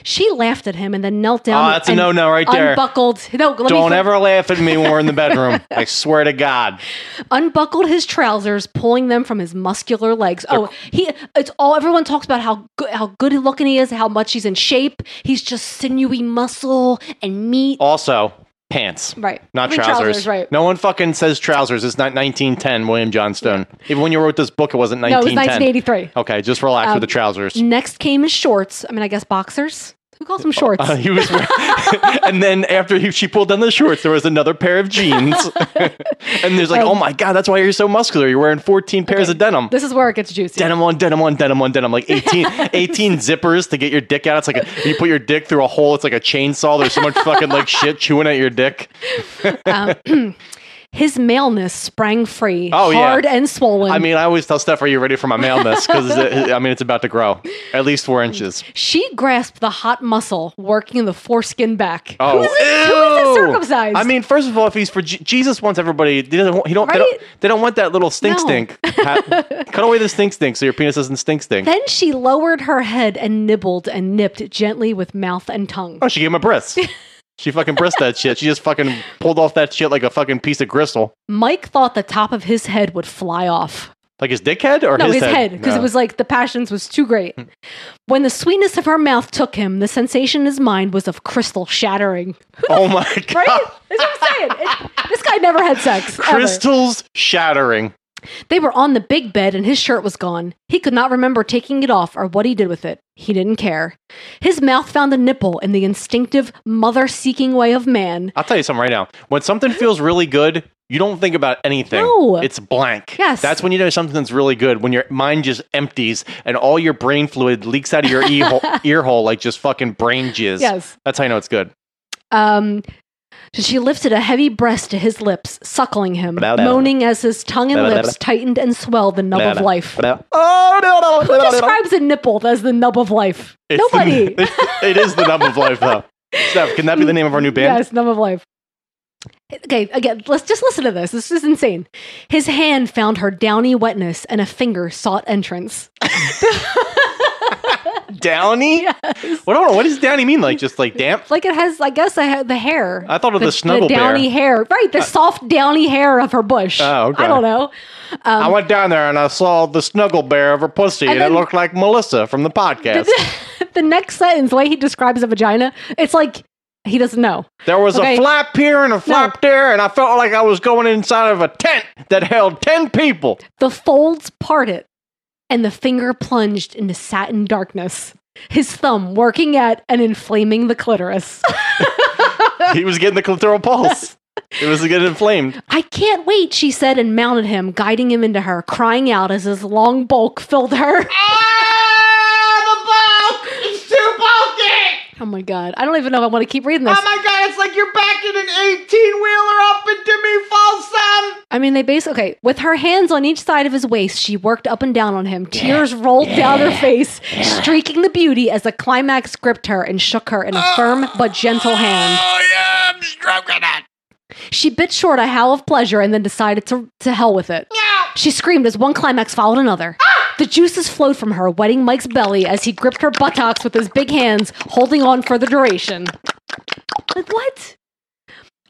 she laughed at him and then knelt down. oh, that's a and no no right there. Unbuckled. No, let me Don't fin- ever laugh at me when we're in the bedroom. I swear to God. unbuckled his trousers, pulling them from his muscular legs. Oh, he it's all everyone talks about how good how good looking he is, how much he's in shape. He's just sinewy muscle and meat. Also, pants. right. I Not mean, trousers. right. No one fucking says trousers. It's not 1910, William Johnstone. Even when you wrote this book, it wasn't No, it was 1910. 1983. okay, just relax Um, with the trousers. Next came his shorts. I mean, I guess boxers. Who calls them shorts? Uh, he was, and then after he, she pulled down the shorts, there was another pair of jeans. and there's like, Um, oh my god, that's why you're so muscular. You're wearing 14 pairs of denim. this is where it gets juicy. Denim on denim on denim on denim, like 18, 18 zippers to get your dick out. It's like a, you put your dick through a hole. It's like a chainsaw. There's so much fucking like shit chewing at your dick. His maleness sprang free, Oh, yeah. hard and swollen. I mean, I always tell Steph, "Are you ready for my maleness?" Because I mean, it's about to grow at least four inches. she grasped the hot muscle working the foreskin back. Oh, who is this, who is this ew. circumcised? I mean, first of all, if he's for Je- Jesus, wants everybody. He doesn't. want- He don't. They, Right? don't they don't want that little stink No. stink. Pat, cut away the stink stink so your penis doesn't stink stink. Then she lowered her head and nibbled and nipped gently with mouth and tongue. oh, she gave him a bris. she fucking brissed that shit. She just fucking pulled off that shit like a fucking piece of gristle. Mike thought the top of his head would fly off. Like his dickhead or No, his, his head, because No. Hmm. it was like the passions was too great. When the sweetness of her mouth took him, the sensation in his mind was of crystal shattering. Oh my god! Right? That's what I'm saying. It- this guy never had sex. ever. Crystals shattering. They were on the big bed and his shirt was gone. He could not remember taking it off or what he did with it. He didn't care. His mouth found a nipple in the instinctive, mother seeking way of man. I'll tell you something right now. When something feels really good, you don't think about anything. No. It's blank. Yes. That's when you know something's really good, when your mind just empties and all your brain fluid leaks out of your e- hole, ear hole like just fucking brain jizz. Yes. That's how you know it's good. Um, she lifted a heavy breast to his lips, suckling him, Blah, blah, blah. moaning as his tongue and Blah, blah, lips tightened and swelled the nub Blah, of blah, life. blah. Oh, no, no, Who no, no, no. describes a nipple as the nub of life? It's the- Nobody. it is the nub of life, though. Steph, can that be the name of our new band? Yes, nub of life. Okay, again, let's just listen to this. This is insane. His hand found her downy wetness and a finger sought entrance. Downy? Yes. Well, I don't know. What does Downy mean? Like, just like damp? Like it has, I guess, I had the hair. I thought of the, snuggle downy bear. hair. Right, the soft downy hair of her bush. Oh, okay. I don't know. I went down there and I saw the snuggle bear of her pussy, and, Um, then- it looked like Melissa from the podcast. the next sentence, the way he describes a vagina, it's like he doesn't know. There was Okay. a flap here and a flap there, and I felt like I was going inside of a tent that held 10 people. The folds parted and the finger plunged into satin darkness. His thumb working at and inflaming the clitoris. he was getting the clitoral pulse. It was getting inflamed. I can't wait, she said, and mounted him, guiding him into her, crying out as his long bulk filled her. Ah, the bulk! It's too bulky! Oh my god. I don't even know if I want to keep reading this. Oh my god, it's like you're backing an 18 wheeler up into me, false son! I mean, they base okay with her hands on each side of his waist. She worked up and down on him. Tears rolled down her face, streaking the beauty as the climax gripped her and shook her in a firm but gentle hand. Oh yeah, I'm stroking it! She bit short a howl of pleasure and then decided to to hell with it. Meow! She screamed as one climax followed another. The juices flowed from her, wetting Mike's belly as he gripped her buttocks with his big hands, holding on for the duration. Like, what?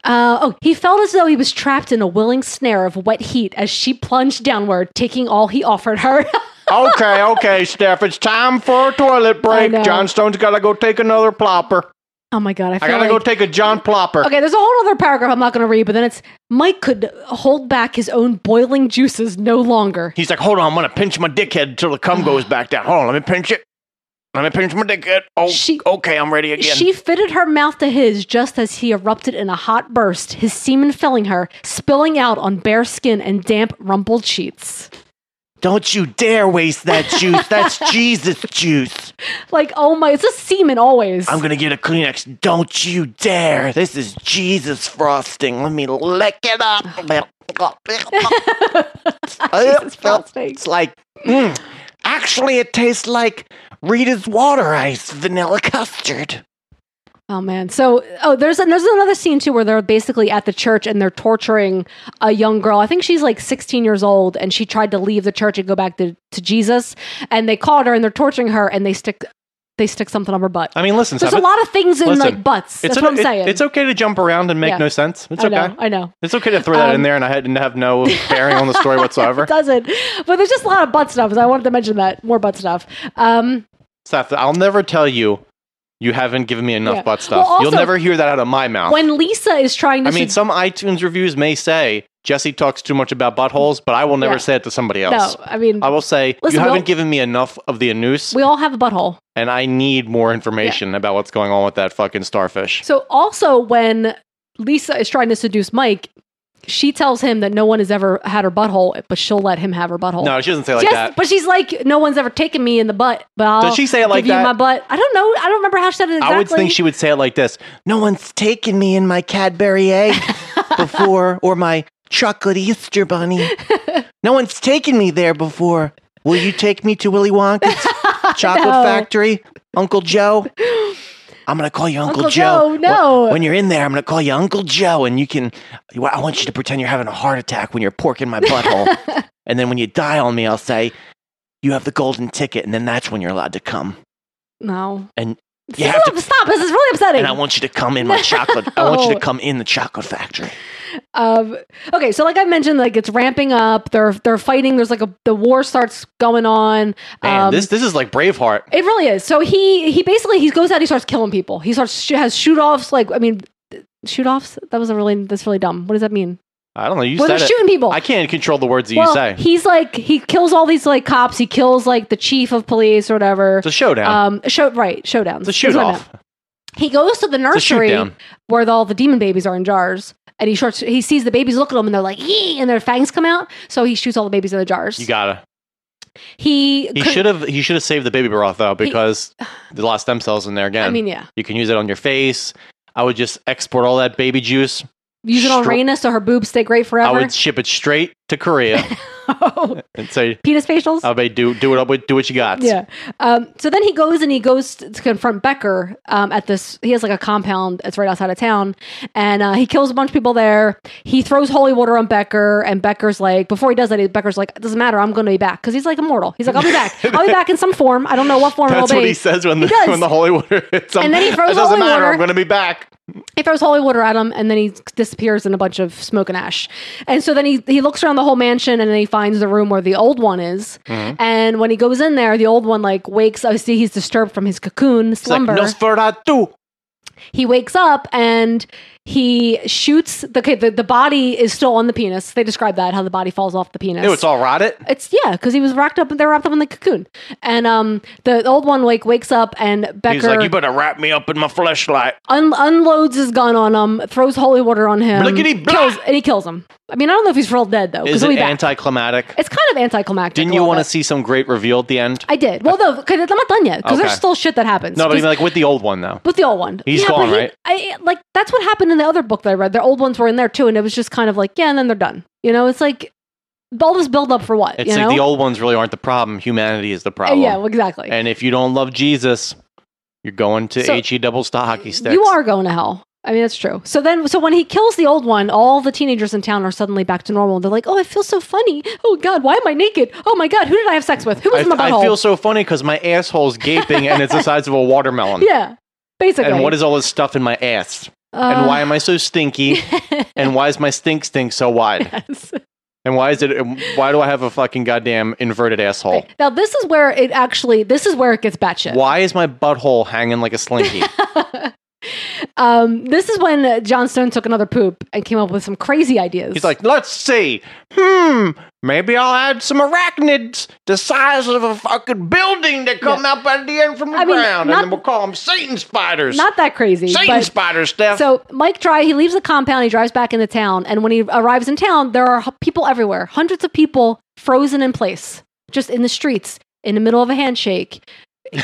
Uh, oh, he felt as though he was trapped in a willing snare of wet heat as she plunged downward, taking all he offered her. Okay, okay, Steph, it's time for a toilet break. know. Johnstone's got to go take another plopper. Oh my god, I I feel gotta like go take a John Plopper. Okay, there's a whole other paragraph I'm not going to read, but then it's Mike could hold back his own boiling juices no longer. He's like, hold on, I'm gonna pinch my dickhead until the cum goes back down. Hold on, let me pinch it. Let me pinch my dickhead. Oh, She- okay, I'm ready again. She fitted her mouth to his just as he erupted in a hot burst, his semen filling her, spilling out on bare skin and damp, rumpled sheets. Don't you dare waste that juice. That's Jesus juice. Like, oh my, it's just semen always. I'm gonna get a Kleenex. Don't you dare. This is Jesus frosting. Let me lick it up. Jesus Christ, thanks. it's like, mm, actually, it tastes like Rita's water ice vanilla custard. Oh man. So oh there's an there's another scene too where they're basically at the church and they're torturing a young girl. I think she's like 16 years old and she tried to leave the church and go back to, to Jesus and they caught her and they're torturing her and they stick they stick something on her butt. I mean, listen, There's a lot of things in Listen, like butts. That's what I'm saying. it's okay to jump around and make Yeah. no sense. It's I okay. know, I know. It's okay to throw that in Um, there, and I had- didn't have no bearing on the story whatsoever. It doesn't. But there's just a lot of butt stuff, so I wanted to mention that. More butt stuff. Um Seth, I'll never tell you you haven't given me enough Yeah. butt stuff. Well, also- You'll never hear that out of my mouth. when Lisa is trying to Oh. I mean, sed- some iTunes reviews may say Jesse talks too much about buttholes, but I will never Yeah. say it to somebody No, else. I mean I will say Listen, you haven't we'll- given me enough of the anus, we all have a butthole. and I need more information about what's going on with that fucking starfish. So also when Lisa is trying to seduce Mike, she tells him that no one has ever had her butthole, but she'll let him have her butthole. No, she doesn't say it like Yes, that. but she's like, no one's ever taken me in the butt. But I'll Does she say it like give you that? my butt. I don't know. I don't remember how she said it exactly. I would think she would say it like this: "No one's taken me in my Cadbury egg before, or my chocolate Easter bunny. No one's taken me there before. Will you take me to Willy Wonka's chocolate No. factory, Uncle Joe? I'm gonna call you Uncle, Uncle Joe. Joe, no. Wh- When you're in there, I'm gonna call you Uncle Joe, and you can. I want you to pretend you're having a heart attack when you're porking my butthole, and then when you die on me, I'll say." You have the golden ticket, and then that's when you're allowed to come. no. And This you is have to up- stop. This is really upsetting. and I want you to come in my chocolate. I want you to come in the chocolate factory. Um, okay, so like I mentioned, like it's ramping up. They're they're fighting. There's like a the war starts going on. Um, this is like Braveheart. It really is. So he he basically he goes out. He starts killing people. He starts sh- has shoot offs. Like I mean, shoot offs. That was a really that's really dumb. What does that mean? I don't know. You well, they're said it. shooting people. I can't control the words that well, you say. he's like he kills all these like cops. He kills like the chief of police or whatever. It's a showdown. Um, show right showdowns. it's a That's what shoot I off. meant. He goes to the It's a shoot nursery down. where the, all the demon babies are in jars, and he shorts. He sees the babies look at him, and they're like, "Yee!" and their fangs come out. So he shoots all the babies in the jars. You gotta. he He could- should have. He should have saved the baby broth though, because there's a lot of stem cells in there. Again, I mean, yeah. you can use it on your face. I would just export all that baby juice. Use it on Stro- Raina so her boobs stay great forever. Oh, I would ship it straight to Korea and say, penis facials. "I would do do it up with do what you got." yeah. Um, so then he goes and he goes to to confront Becker um, at this. He has like a compound that's right outside of town, and uh, he kills a bunch of people there. He throws holy water on Becker, and Becker's like, before he does that, he- Becker's like, "It doesn't matter. I'm going to be back because he's like immortal. He's like, I'll be back. I'll be back in some form. I don't know what form That's it'll what be." he says when He the does. when the holy water. hits him. And then he throws It doesn't holy matter. water. I'm going to be back. he throws holy water at him and then he disappears in a bunch of smoke and ash and so then he, he looks around the whole mansion and then he finds the room where the old one is Mm-hmm. and when he goes in there the old one like wakes up see he's disturbed from his cocoon It's like slumber Nosferatu. he wakes up and he shoots the, okay, the the body is still on the penis they describe that how the body falls off the penis Ew, it's all rotted. it's yeah because he was wrapped up they're wrapped up in the cocoon and um the old one like wakes up and becker Oh, He's like, you better wrap me up in my fleshlight. un- unloads his gun on him, throws holy water on him, Blickety blah! kills, and he kills him. I mean, I don't know if he's real dead though. 'cause Is he'll it be back. anticlimactic? It's kind of anticlimactic. Didn't a you little want to bit. see some great reveal at the end? I did. Well, though, i I'm not done yet because Okay. there's still shit that happens. no, but I 'Cause- mean, like with the old one though. with the old one, He's yeah, gone, but he- right? I, like that's what happened in the other book that I read. The old ones were in there too, and it was just kind of like, yeah, and then they're done. You know, it's like all this build up for what? It's you like know? the old ones really aren't the problem. Humanity is the Uh, problem. Yeah, well, exactly. And if you don't love Jesus, you're going to So- he doubles to hockey sticks. You are going to hell. I mean, that's true. So then, so when he kills the old one, all the teenagers in town are suddenly back to normal. They're like, "Oh, I feel so funny. Oh God, why am I naked? Oh my God, who did I have sex with? Who was I, in my I butthole?" feel so funny because my asshole's gaping and it's the size of a watermelon. yeah, basically. Uh, And what is all this stuff in my ass? and why am I so stinky? and why is my stink stink so wide? Yes. And why is it? and Why do I have a fucking goddamn inverted asshole? Now this is where it actually. This is where it gets batshit. Why is my butthole hanging like a slinky? Um, this is when uh, Johnstone took another poop and came up with some crazy ideas. He's like, let's see. Hmm, maybe I'll add some arachnids the size of a fucking building that come out by the end from the I mean, ground, not- and then we'll call them Satan spiders. not that crazy. Satan but- spiders, Steph. So Mike Dry, he leaves the compound, he drives back into town, and when he arrives in town, there are h- people everywhere, hundreds of people frozen in place, just in the streets, in the middle of a handshake,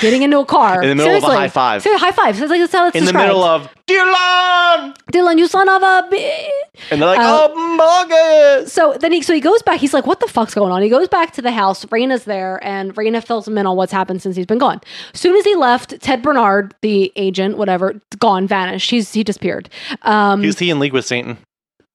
getting into a car, In the middle of a Seriously. high five. So high five. So it's like that's how it's in the middle of Dylan, Dylan, you son of a. bi-" and they're like, Uh, "Oh, Marcus." So then he so he goes back. He's like, "What the fuck's going on?" He goes back to the house. Raina's there, and Raina fills him in on what's happened since he's been gone. soon as he left, Ted Bernard, the agent, whatever, gone, vanished. He's he disappeared. Um, Is he in league with Satan?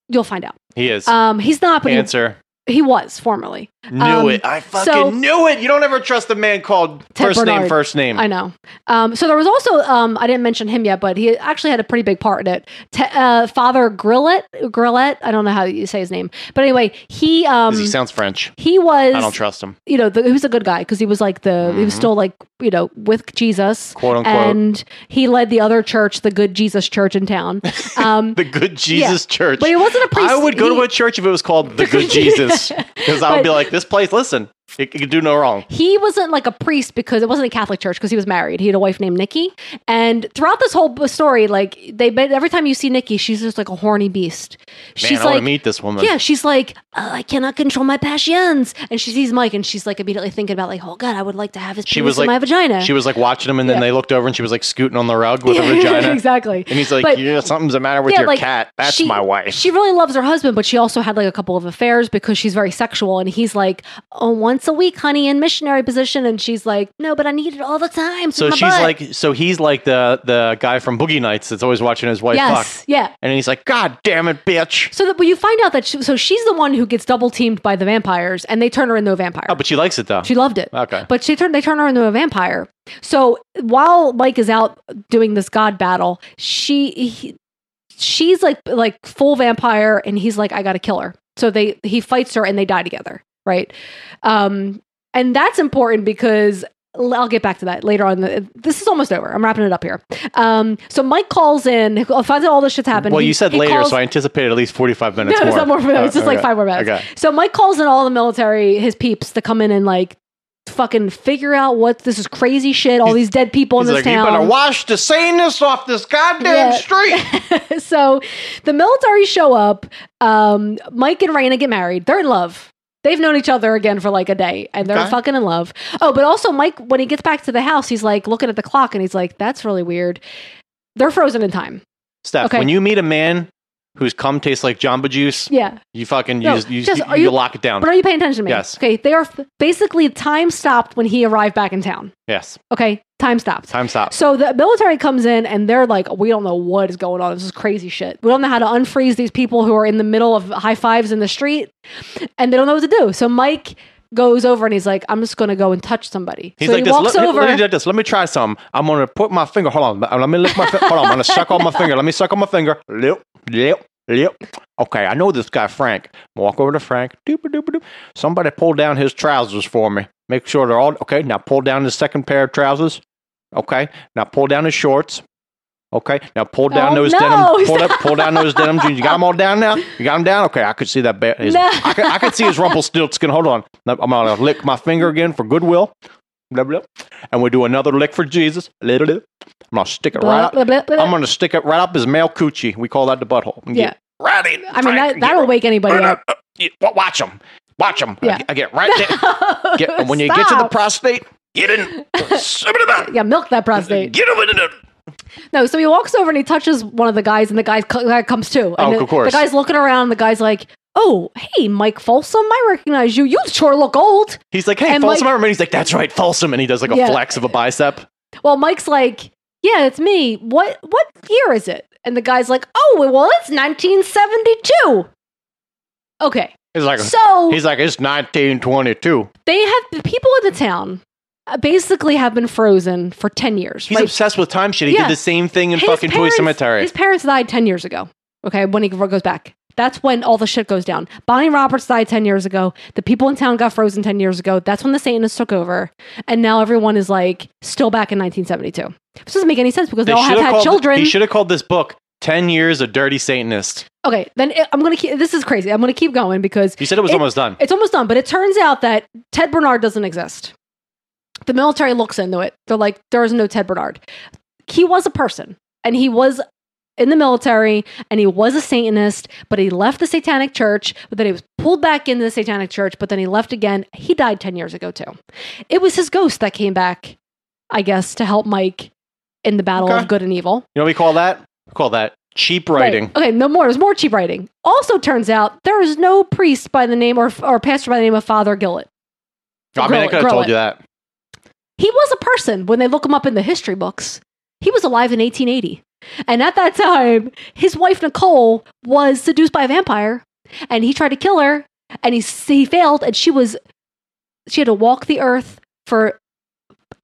you'll find out. He is. Um, he's not, but he Answer. He was formerly. Knew um, it. I fucking so- knew it. You don't ever trust a man called Ted first Bernard. name, first name. I know. Um, so there was also um, I didn't mention him yet, but he actually had a pretty big part in it. Te- uh, Father Grillet, Grillet. I don't know how you say his name, but anyway, he um, 'Cause he he, sounds French. was I don't trust him. you know the, he was a good guy because he was like the he was Mhm. still like you know with Jesus. Quote unquote. And he led the other church, the Good Jesus Church in town. Um, the good Jesus church. but it wasn't a place. I would go to he- a church if it was called the Good Good Jesus, because I would be But- like, this place. Listen, it, it could do no wrong. he wasn't like a priest because it wasn't a Catholic church because he was married. He had a wife named Nikki, and throughout this whole b- story, like they but every time you see Nikki, she's just like a horny beast. Man, She's I want like. to meet this woman. yeah, she's like, oh, I cannot control my passions, and she sees Mike, and she's like immediately thinking about like, oh God, I would like to have his She penis was in like- my vagina. She was like watching him, and then Yeah. they looked over, and she was like scooting on the rug with Yeah, her vagina. exactly. And he's like, But- yeah, something's the matter with Yeah, your like, cat. That's she- my wife. She really loves her husband, but she also had like a couple of affairs because she's very sexual. And he's like, oh, once a week, honey, in missionary position, and she's like, no, but I need it all the time. so my she's butt." like, so he's like the the guy from Boogie Nights that's always watching his wife yes, fuck, yeah. and he's like, God damn it, bitch! So that well, you find out that she, so she's the one who gets double teamed by the vampires, and they turn her into a vampire. Oh, but she likes it though. she loved it, okay, but she turned they turn her into a vampire. So while Mike is out doing this god battle, she he, she's like like full vampire, and he's like, I gotta kill her. So they he fights her, and they die together, right? Um, and that's important because. I'll get back to that later on. the- This is almost over. I'm wrapping it up here. Um, so Mike calls in, finds out all this shit's happened. well, He- you said he later, calls- so I anticipated at least forty five no, minutes it's more. not more for that. It's just like okay. five more minutes. Okay. So Mike calls in all the military, his peeps, to come in and like fucking figure out what this is crazy shit. All He's- these dead people in He's this like, you better town. wash the saneness off this Yeah. goddamn street. so the military show up. Um, Mike and Raina get married. They're in love. They've known each other again for like a day and they're Okay. fucking in love. Oh, but also Mike, when he gets back to the house, he's like looking at the clock and he's like, that's really weird. They're frozen in time. Steph, Okay. when you meet a man whose cum tastes like Jamba Juice, Yeah. you fucking No, you, just, you, just- you, are you- lock it down. But are you paying attention to me? Yes. Okay. They are f- basically time stopped when he arrived back in town. yes, Okay. Time stopped. time stop. So the military comes in and they're like, we don't know what is going on. This is crazy shit. We don't know how to unfreeze these people who are in the middle of high fives in the street and they don't know what to do. So Mike goes over and he's like, I'm just going to go and touch somebody. He's so like he this. walks let, over. Let, let me do this. Let me try some. I'm gonna put my finger. Hold on. Let me lick my. Fi- hold on. I'm gonna suck on my finger. Let me suck on my finger. Lip, lip, lip. Okay, I know this guy Frank. Walk over to Frank. Doop doop doop. Somebody pull down his trousers for me. Make sure they're all okay. Now pull down his second pair of trousers. Okay. Now pull down his shorts. Okay. Now pull down Oh, those no, denim. he's Pull, up, pull down those denim jeans. You got them all down now. You got them down. Okay. I could see that. Ba- his, No. I, could, I could see his Rumpelstiltskin. Hold on. Now, I'm gonna lick my finger again for goodwill. Blah, blah. And we do another lick for Jesus. Little, little. I'm gonna stick it right Blah, up. blah, blah, blah. I'm gonna stick it right up his male coochie. We call that the butthole. And yeah. get Right in. I mean, that, Frank, that'll wake anybody right up. up. Yeah, wa- watch him. Watch him. Yeah. I, get- I get right there. Get, and when you get to the Stop. prostate, get in. Sub it up. yeah, milk that prostate. Get him in it. No, so he walks over and he touches one of the guys, and the guy, co- guy comes too. And Oh, the, of course. The guy's looking around. And the guy's like, "Oh, hey, Mike Folsom, I recognize you. You sure look old." He's like, hey, And, Folsom. like- I remember. He's like, that's right, Folsom. And he does like a Yeah. flex of a bicep. Well, Mike's like, "Yeah, it's me. What what year is it?" And the guy's like, "Oh, well, it's 1972." Okay, He's like, so he's like, it's 1922. they have the people in the town uh, basically have been frozen for 10 years. He's right? obsessed with time shit. He Yeah. did the same thing in His fucking Toy parents- Cemetery. His parents died 10 years ago. Okay, when he goes back. That's when all the shit goes down. Bonnie Roberts died 10 years ago. The people in town got frozen 10 years ago. That's when the Satanists took over. And now everyone is like still back in 1972. This doesn't make any sense because they, all have should've had called, children. He should have called this book 10 Years a Dirty Satanist. okay, then it, I'm going to keep. This is crazy. I'm going to keep going because You said it was It- almost done. it's almost done, but it turns out that Ted Bernard doesn't exist. The military looks into it. They're like, there is no Ted Bernard. He was a person, and he was in the military, and he was a Satanist, but he left the Satanic Church, but then he was pulled back into the Satanic Church, but then he left again. He died 10 years ago, too. It was his ghost that came back, I guess, to help Mike in the battle Okay. of good and evil. You know what we call that? We call that cheap Right. writing. Okay, no more. There's more cheap writing. Also, turns out there is no priest by the name or, or pastor by the name of Father Gillett. I mean, I Grow it, could have grow told it. you that. He was a person when they look him up in the history books. He was alive in 1880. And at that time, his wife Nicole was seduced by a vampire and he tried to kill her and he, s- he failed and she was she had to walk the earth for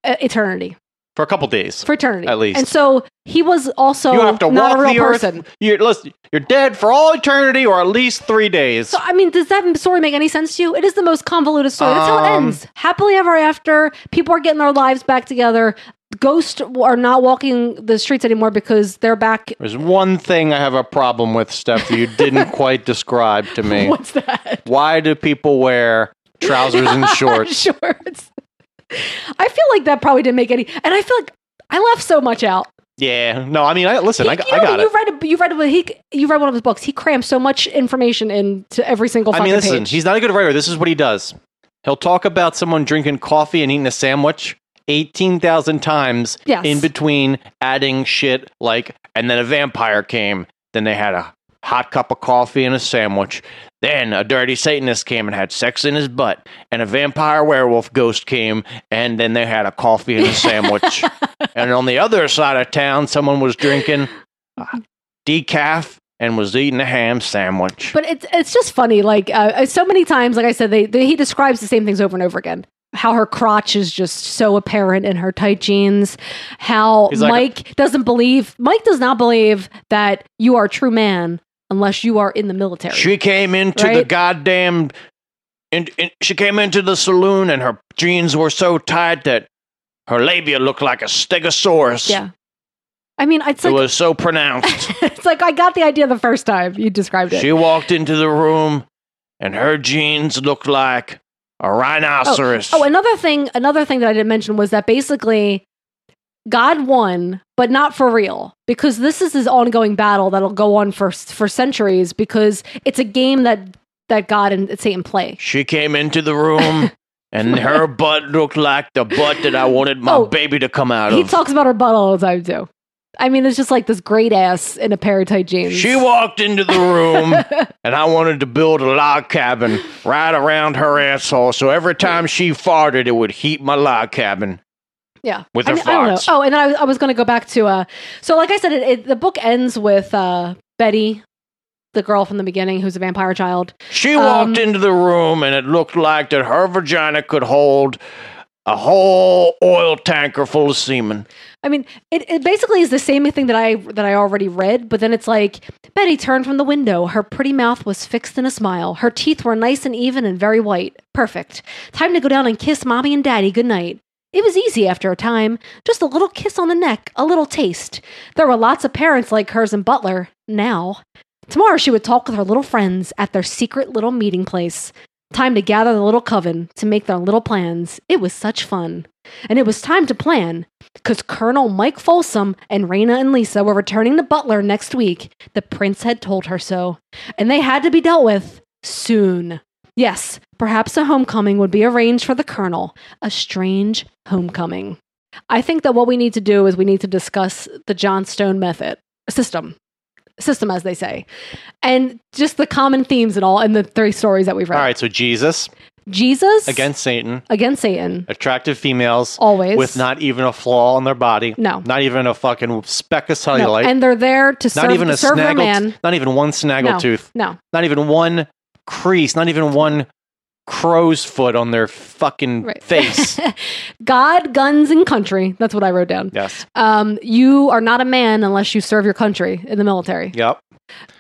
uh, eternity. For a couple days. For eternity. At least. And so he was also you have to not walk a real the person. earth. You're, listen, you're dead for all eternity or at least three days. So I mean, does that story make any sense to you? It is the most convoluted story. That's how it Um, ends. Happily ever after. People are getting their lives back together. Ghosts are not walking the streets anymore because they're back. There's one thing I have a problem with, Steph, that you didn't quite describe to me. What's that? Why do people wear trousers and shorts? Shorts. I feel like that probably didn't make any. And I feel like I left so much out. yeah. No, I mean, I, listen, He- I, you I know, got you it. read a, you read a, he, you read one of his books. He crammed so much information into every single. I Fucking mean, listen, page. he's not a good writer. This is what he does. He'll talk about someone drinking coffee and eating a sandwich 18,000 times Yes. in between adding shit like, and then a vampire came. Then they had a hot cup of coffee and a sandwich. Then a dirty Satanist came and had sex in his butt. And a vampire werewolf ghost came. And then they had a coffee and a sandwich. and on the other side of town, someone was drinking uh, decaf and was eating a ham sandwich. But it's it's just funny. Like uh, so many times, like I said, they, they he describes the same things over and over again. How her crotch is just so apparent in her tight jeans. How He's like- Mike doesn't believe Mike does not believe that you are a true man unless you are in the military. She came into the Right? goddamn, and, and she came into the saloon, and her jeans were so tight that her labia looked like a stegosaurus. yeah. I mean, it's it like was so pronounced. it's like I got the idea the first time you described it. she walked into the room, and her jeans looked like a rhinoceros. Oh, another thing, another thing that I didn't mention was that basically God won, but not for real, because this is his ongoing battle that'll go on for for centuries because it's a game that that God and Satan play. she came into the room. And her butt looked like the butt that I wanted my Oh, baby to come out He of. talks about her butt all the time too. I mean, it's just like this great ass in a pair of tight jeans. She walked into the room and I wanted to build a log cabin right around her asshole. So every time she farted, it would heat my log cabin. yeah, with I, her mean, I don't know. farts. Oh, and then I, was- I was going to go back to uh. So, like I said, it, it, the book ends with uh Betty, the girl from the beginning who's a vampire child. She Um, walked into the room and it looked like that her vagina could hold a whole oil tanker full of semen. I mean, it, it basically is the same thing that I that I already read, but then it's like Betty turned from the window. Her pretty mouth was fixed in a smile. Her teeth were nice and even and very white. Perfect. Time to go down and kiss mommy and daddy goodnight. It was easy after a time. Just a little kiss on the neck, a little taste. There were lots of parents like hers and Butler now. Tomorrow she would talk with her little friends at their secret little meeting place. Time to gather the little coven to make their little plans. It was such fun. And it was time to plan because Colonel Mike Folsom and Raina and Lisa were returning to Butler next week. The prince had told her so, and they had to be dealt with soon. Yes, perhaps a homecoming would be arranged for the colonel. A strange homecoming. I think that what we need to do is we need to discuss the Johnstone method system, system as they say, and just the common themes and all in the three stories that we've read. All right, so Jesus Jesus against Satan, against Satan attractive females always with not even a flaw on their body, No. not even a fucking speck of No, cellulite, and they're there to serve, not even a serve their snaggle, man. not even one snaggle no, tooth, no, not even one crease, not even one crow's foot on their fucking Right. face. God, guns, and country. That's what I wrote down. yes. Um, you are not a man unless you serve your country in the military. Yep.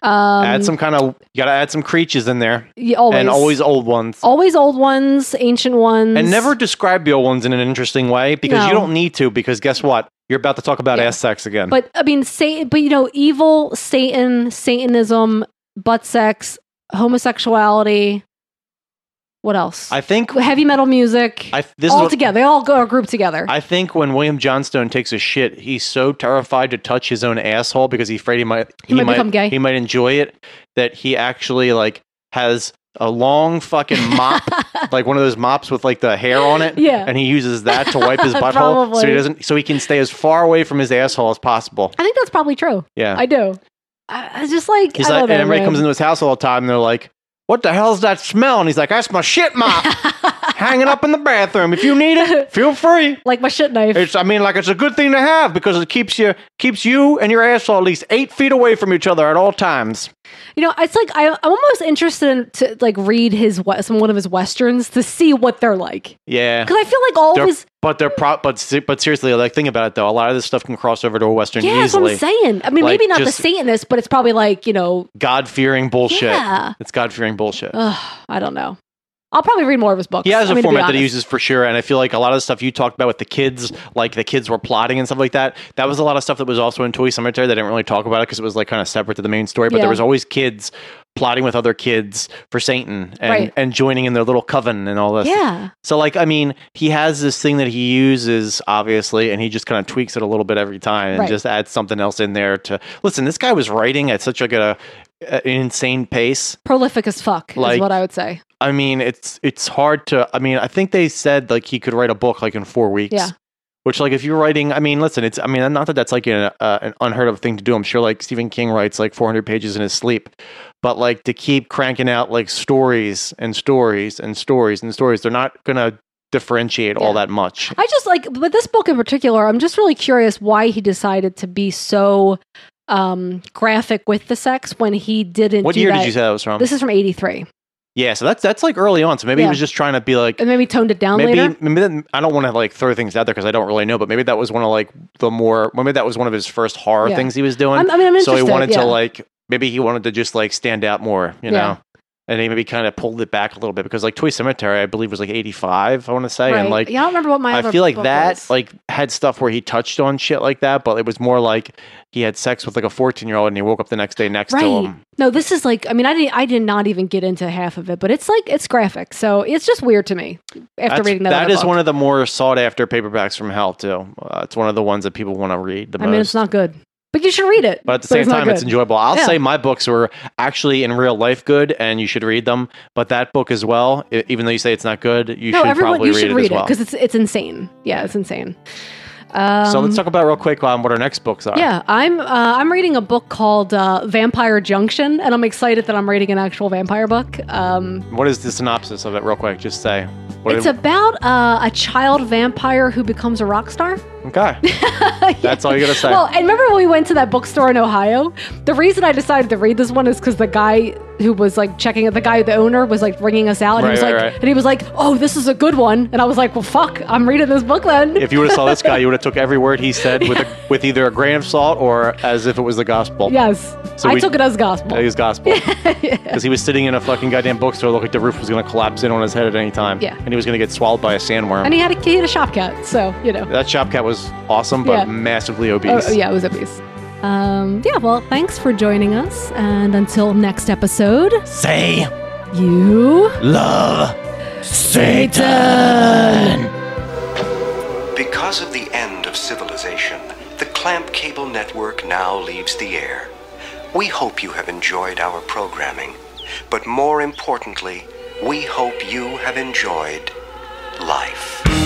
Um, add some kind of you gotta add some creatures in there, y- always, and always old ones. always old ones, ancient ones, And never describe the old ones in an interesting way because you No. don't need to. Because guess what? You're about to talk about Yeah. ass sex again. But I mean, Satan. But you know, evil, Satan, Satanism, butt sex, homosexuality. What else? I think Heavy metal music. I this is all what- together. They all go are grouped together. I think when William Johnstone takes a shit, he's so terrified to touch his own asshole because he's afraid he might He might become gay. He might enjoy it that he actually like has a long fucking mop, like one of those mops with like the hair on it. Yeah. And he uses that to wipe his butthole so he Probably. doesn't so he can stay as far away from his asshole as possible. I think that's probably true. Yeah. I do. I, I just like he's I like love and that everybody man. comes into his house all the time and they're like, What the hell's that smell? And he's like, That's my shit mop hanging up in the bathroom. If you need it, feel free. like my shit knife. It's, I mean, like it's a good thing to have because it keeps you keeps you and your asshole at least eight feet away from each other at all times. You know, it's like I, I'm almost interested in, to like read his we- some one of his westerns to see what they're like Yeah, because I feel like all They're- of his but they're pro- but se- but seriously, like think about it though. A lot of this stuff can cross over to a western yeah, that's what easily. I'm saying. I mean, Like, maybe not just- the Satanist, but it's probably like you know, God fearing bullshit. Yeah. It's God fearing bullshit. ugh, I don't know. I'll probably read more of his books. He has I a mean, to be format that he honest. uses for sure, and I feel like a lot of the stuff you talked about with the kids, like the kids were plotting and stuff like that. That was a lot of stuff that was also in Toy Cemetery. They didn't really talk about it because it was like kind of separate to the main story. But there Yeah. was always kids plotting with other kids for Satan and Right. and joining in their little coven and all this. Yeah, So like I mean, he has this thing that he uses obviously, and he just kind of tweaks it a little bit every time and Right. just adds something else in there to listen. This guy was writing at such like a, a insane pace prolific as fuck Like- is what I would say. I mean, it's it's hard to. I mean, I think they said like he could write a book like in four weeks. Yeah. Which, like, if you're writing, I mean, listen, it's. I mean, not that that's like an, uh, an unheard of thing to do. I'm sure like Stephen King writes like 400 pages in his sleep, but like to keep cranking out like stories and stories and stories and stories, they're not gonna differentiate all Yeah. that much. I just like, but this book in particular, I'm just really curious why he decided to be so um graphic with the sex when he didn't. What do year that. did you say Um, that was from? This is from '83, yeah, so that's that's like early on. So maybe he Yeah. was just trying to be like and maybe toned it down maybe later. maybe that, I don't want to like throw things out there because I don't really know, but maybe that was one of like the more maybe that was one of his first horror Yeah. things he was doing. I'm, I mean, I'm so interested. he wanted yeah. to like maybe he wanted to just like stand out more, Yeah. you know. And he maybe kind of pulled it back a little bit because like Toy Cemetery, I believe was like 85, I want to say, Right. and like yeah, I don't remember what my. I other feel like book that was. like had stuff where he touched on shit like that, but it was more like he had sex with like a 14 year old and he woke up the next day next to Right. him. No, this is like I mean I didn't I did not even get into half of it, but it's like it's graphic, so it's just weird to me after That's- reading that. that other is book. one of the more sought after paperbacks from hell too. Uh, it's one of the ones that people want to read the I most. mean, it's not good, but you should read it. But at the same it's not time, it's good. enjoyable. I'll Yeah. say my books were actually in real life good, and you should read them. But that book as well, i- even though you say it's not good, you no, should everyone probably you read should it read as it well. because it's it's insane. Yeah, it's insane. Um, so let's talk about real quick um, what our next books are. Yeah, I'm uh, I'm reading a book called uh, Vampire Junction, and I'm excited that I'm reading an actual vampire book. Um, What is the synopsis of it, real quick? Just say. What it's did- about uh, a child vampire who becomes a rock star. okay. That's all you gotta say. Well, and remember when we went to that bookstore in Ohio? The reason I decided to read this one is because the guy who was like checking it, the guy, the owner, was like bringing us out, and he Right, was right, like, right. and he was like, "Oh, this is a good one," and I was like, "Well, fuck, I'm reading this book then." if you would have saw this guy, you would have took every word he said with a, with either a grain of salt or as if it was the gospel. yes, So I we- took it as gospel. It was gospel. Because he was sitting in a fucking goddamn bookstore, looked like the roof was gonna collapse in on his head at any time. Yeah. And he was gonna get swallowed by a sandworm. and he had a he had a shop cat, so you know, That shop cat was awesome, but Yeah. massively obese. oh, oh, yeah, it was obese. Um, yeah, well, thanks for joining us, and until next episode, Say you. love Satan. Because of the end of civilization, the Clamp Cable Network now leaves the air. We hope you have enjoyed our programming, but more importantly, we hope you have enjoyed life.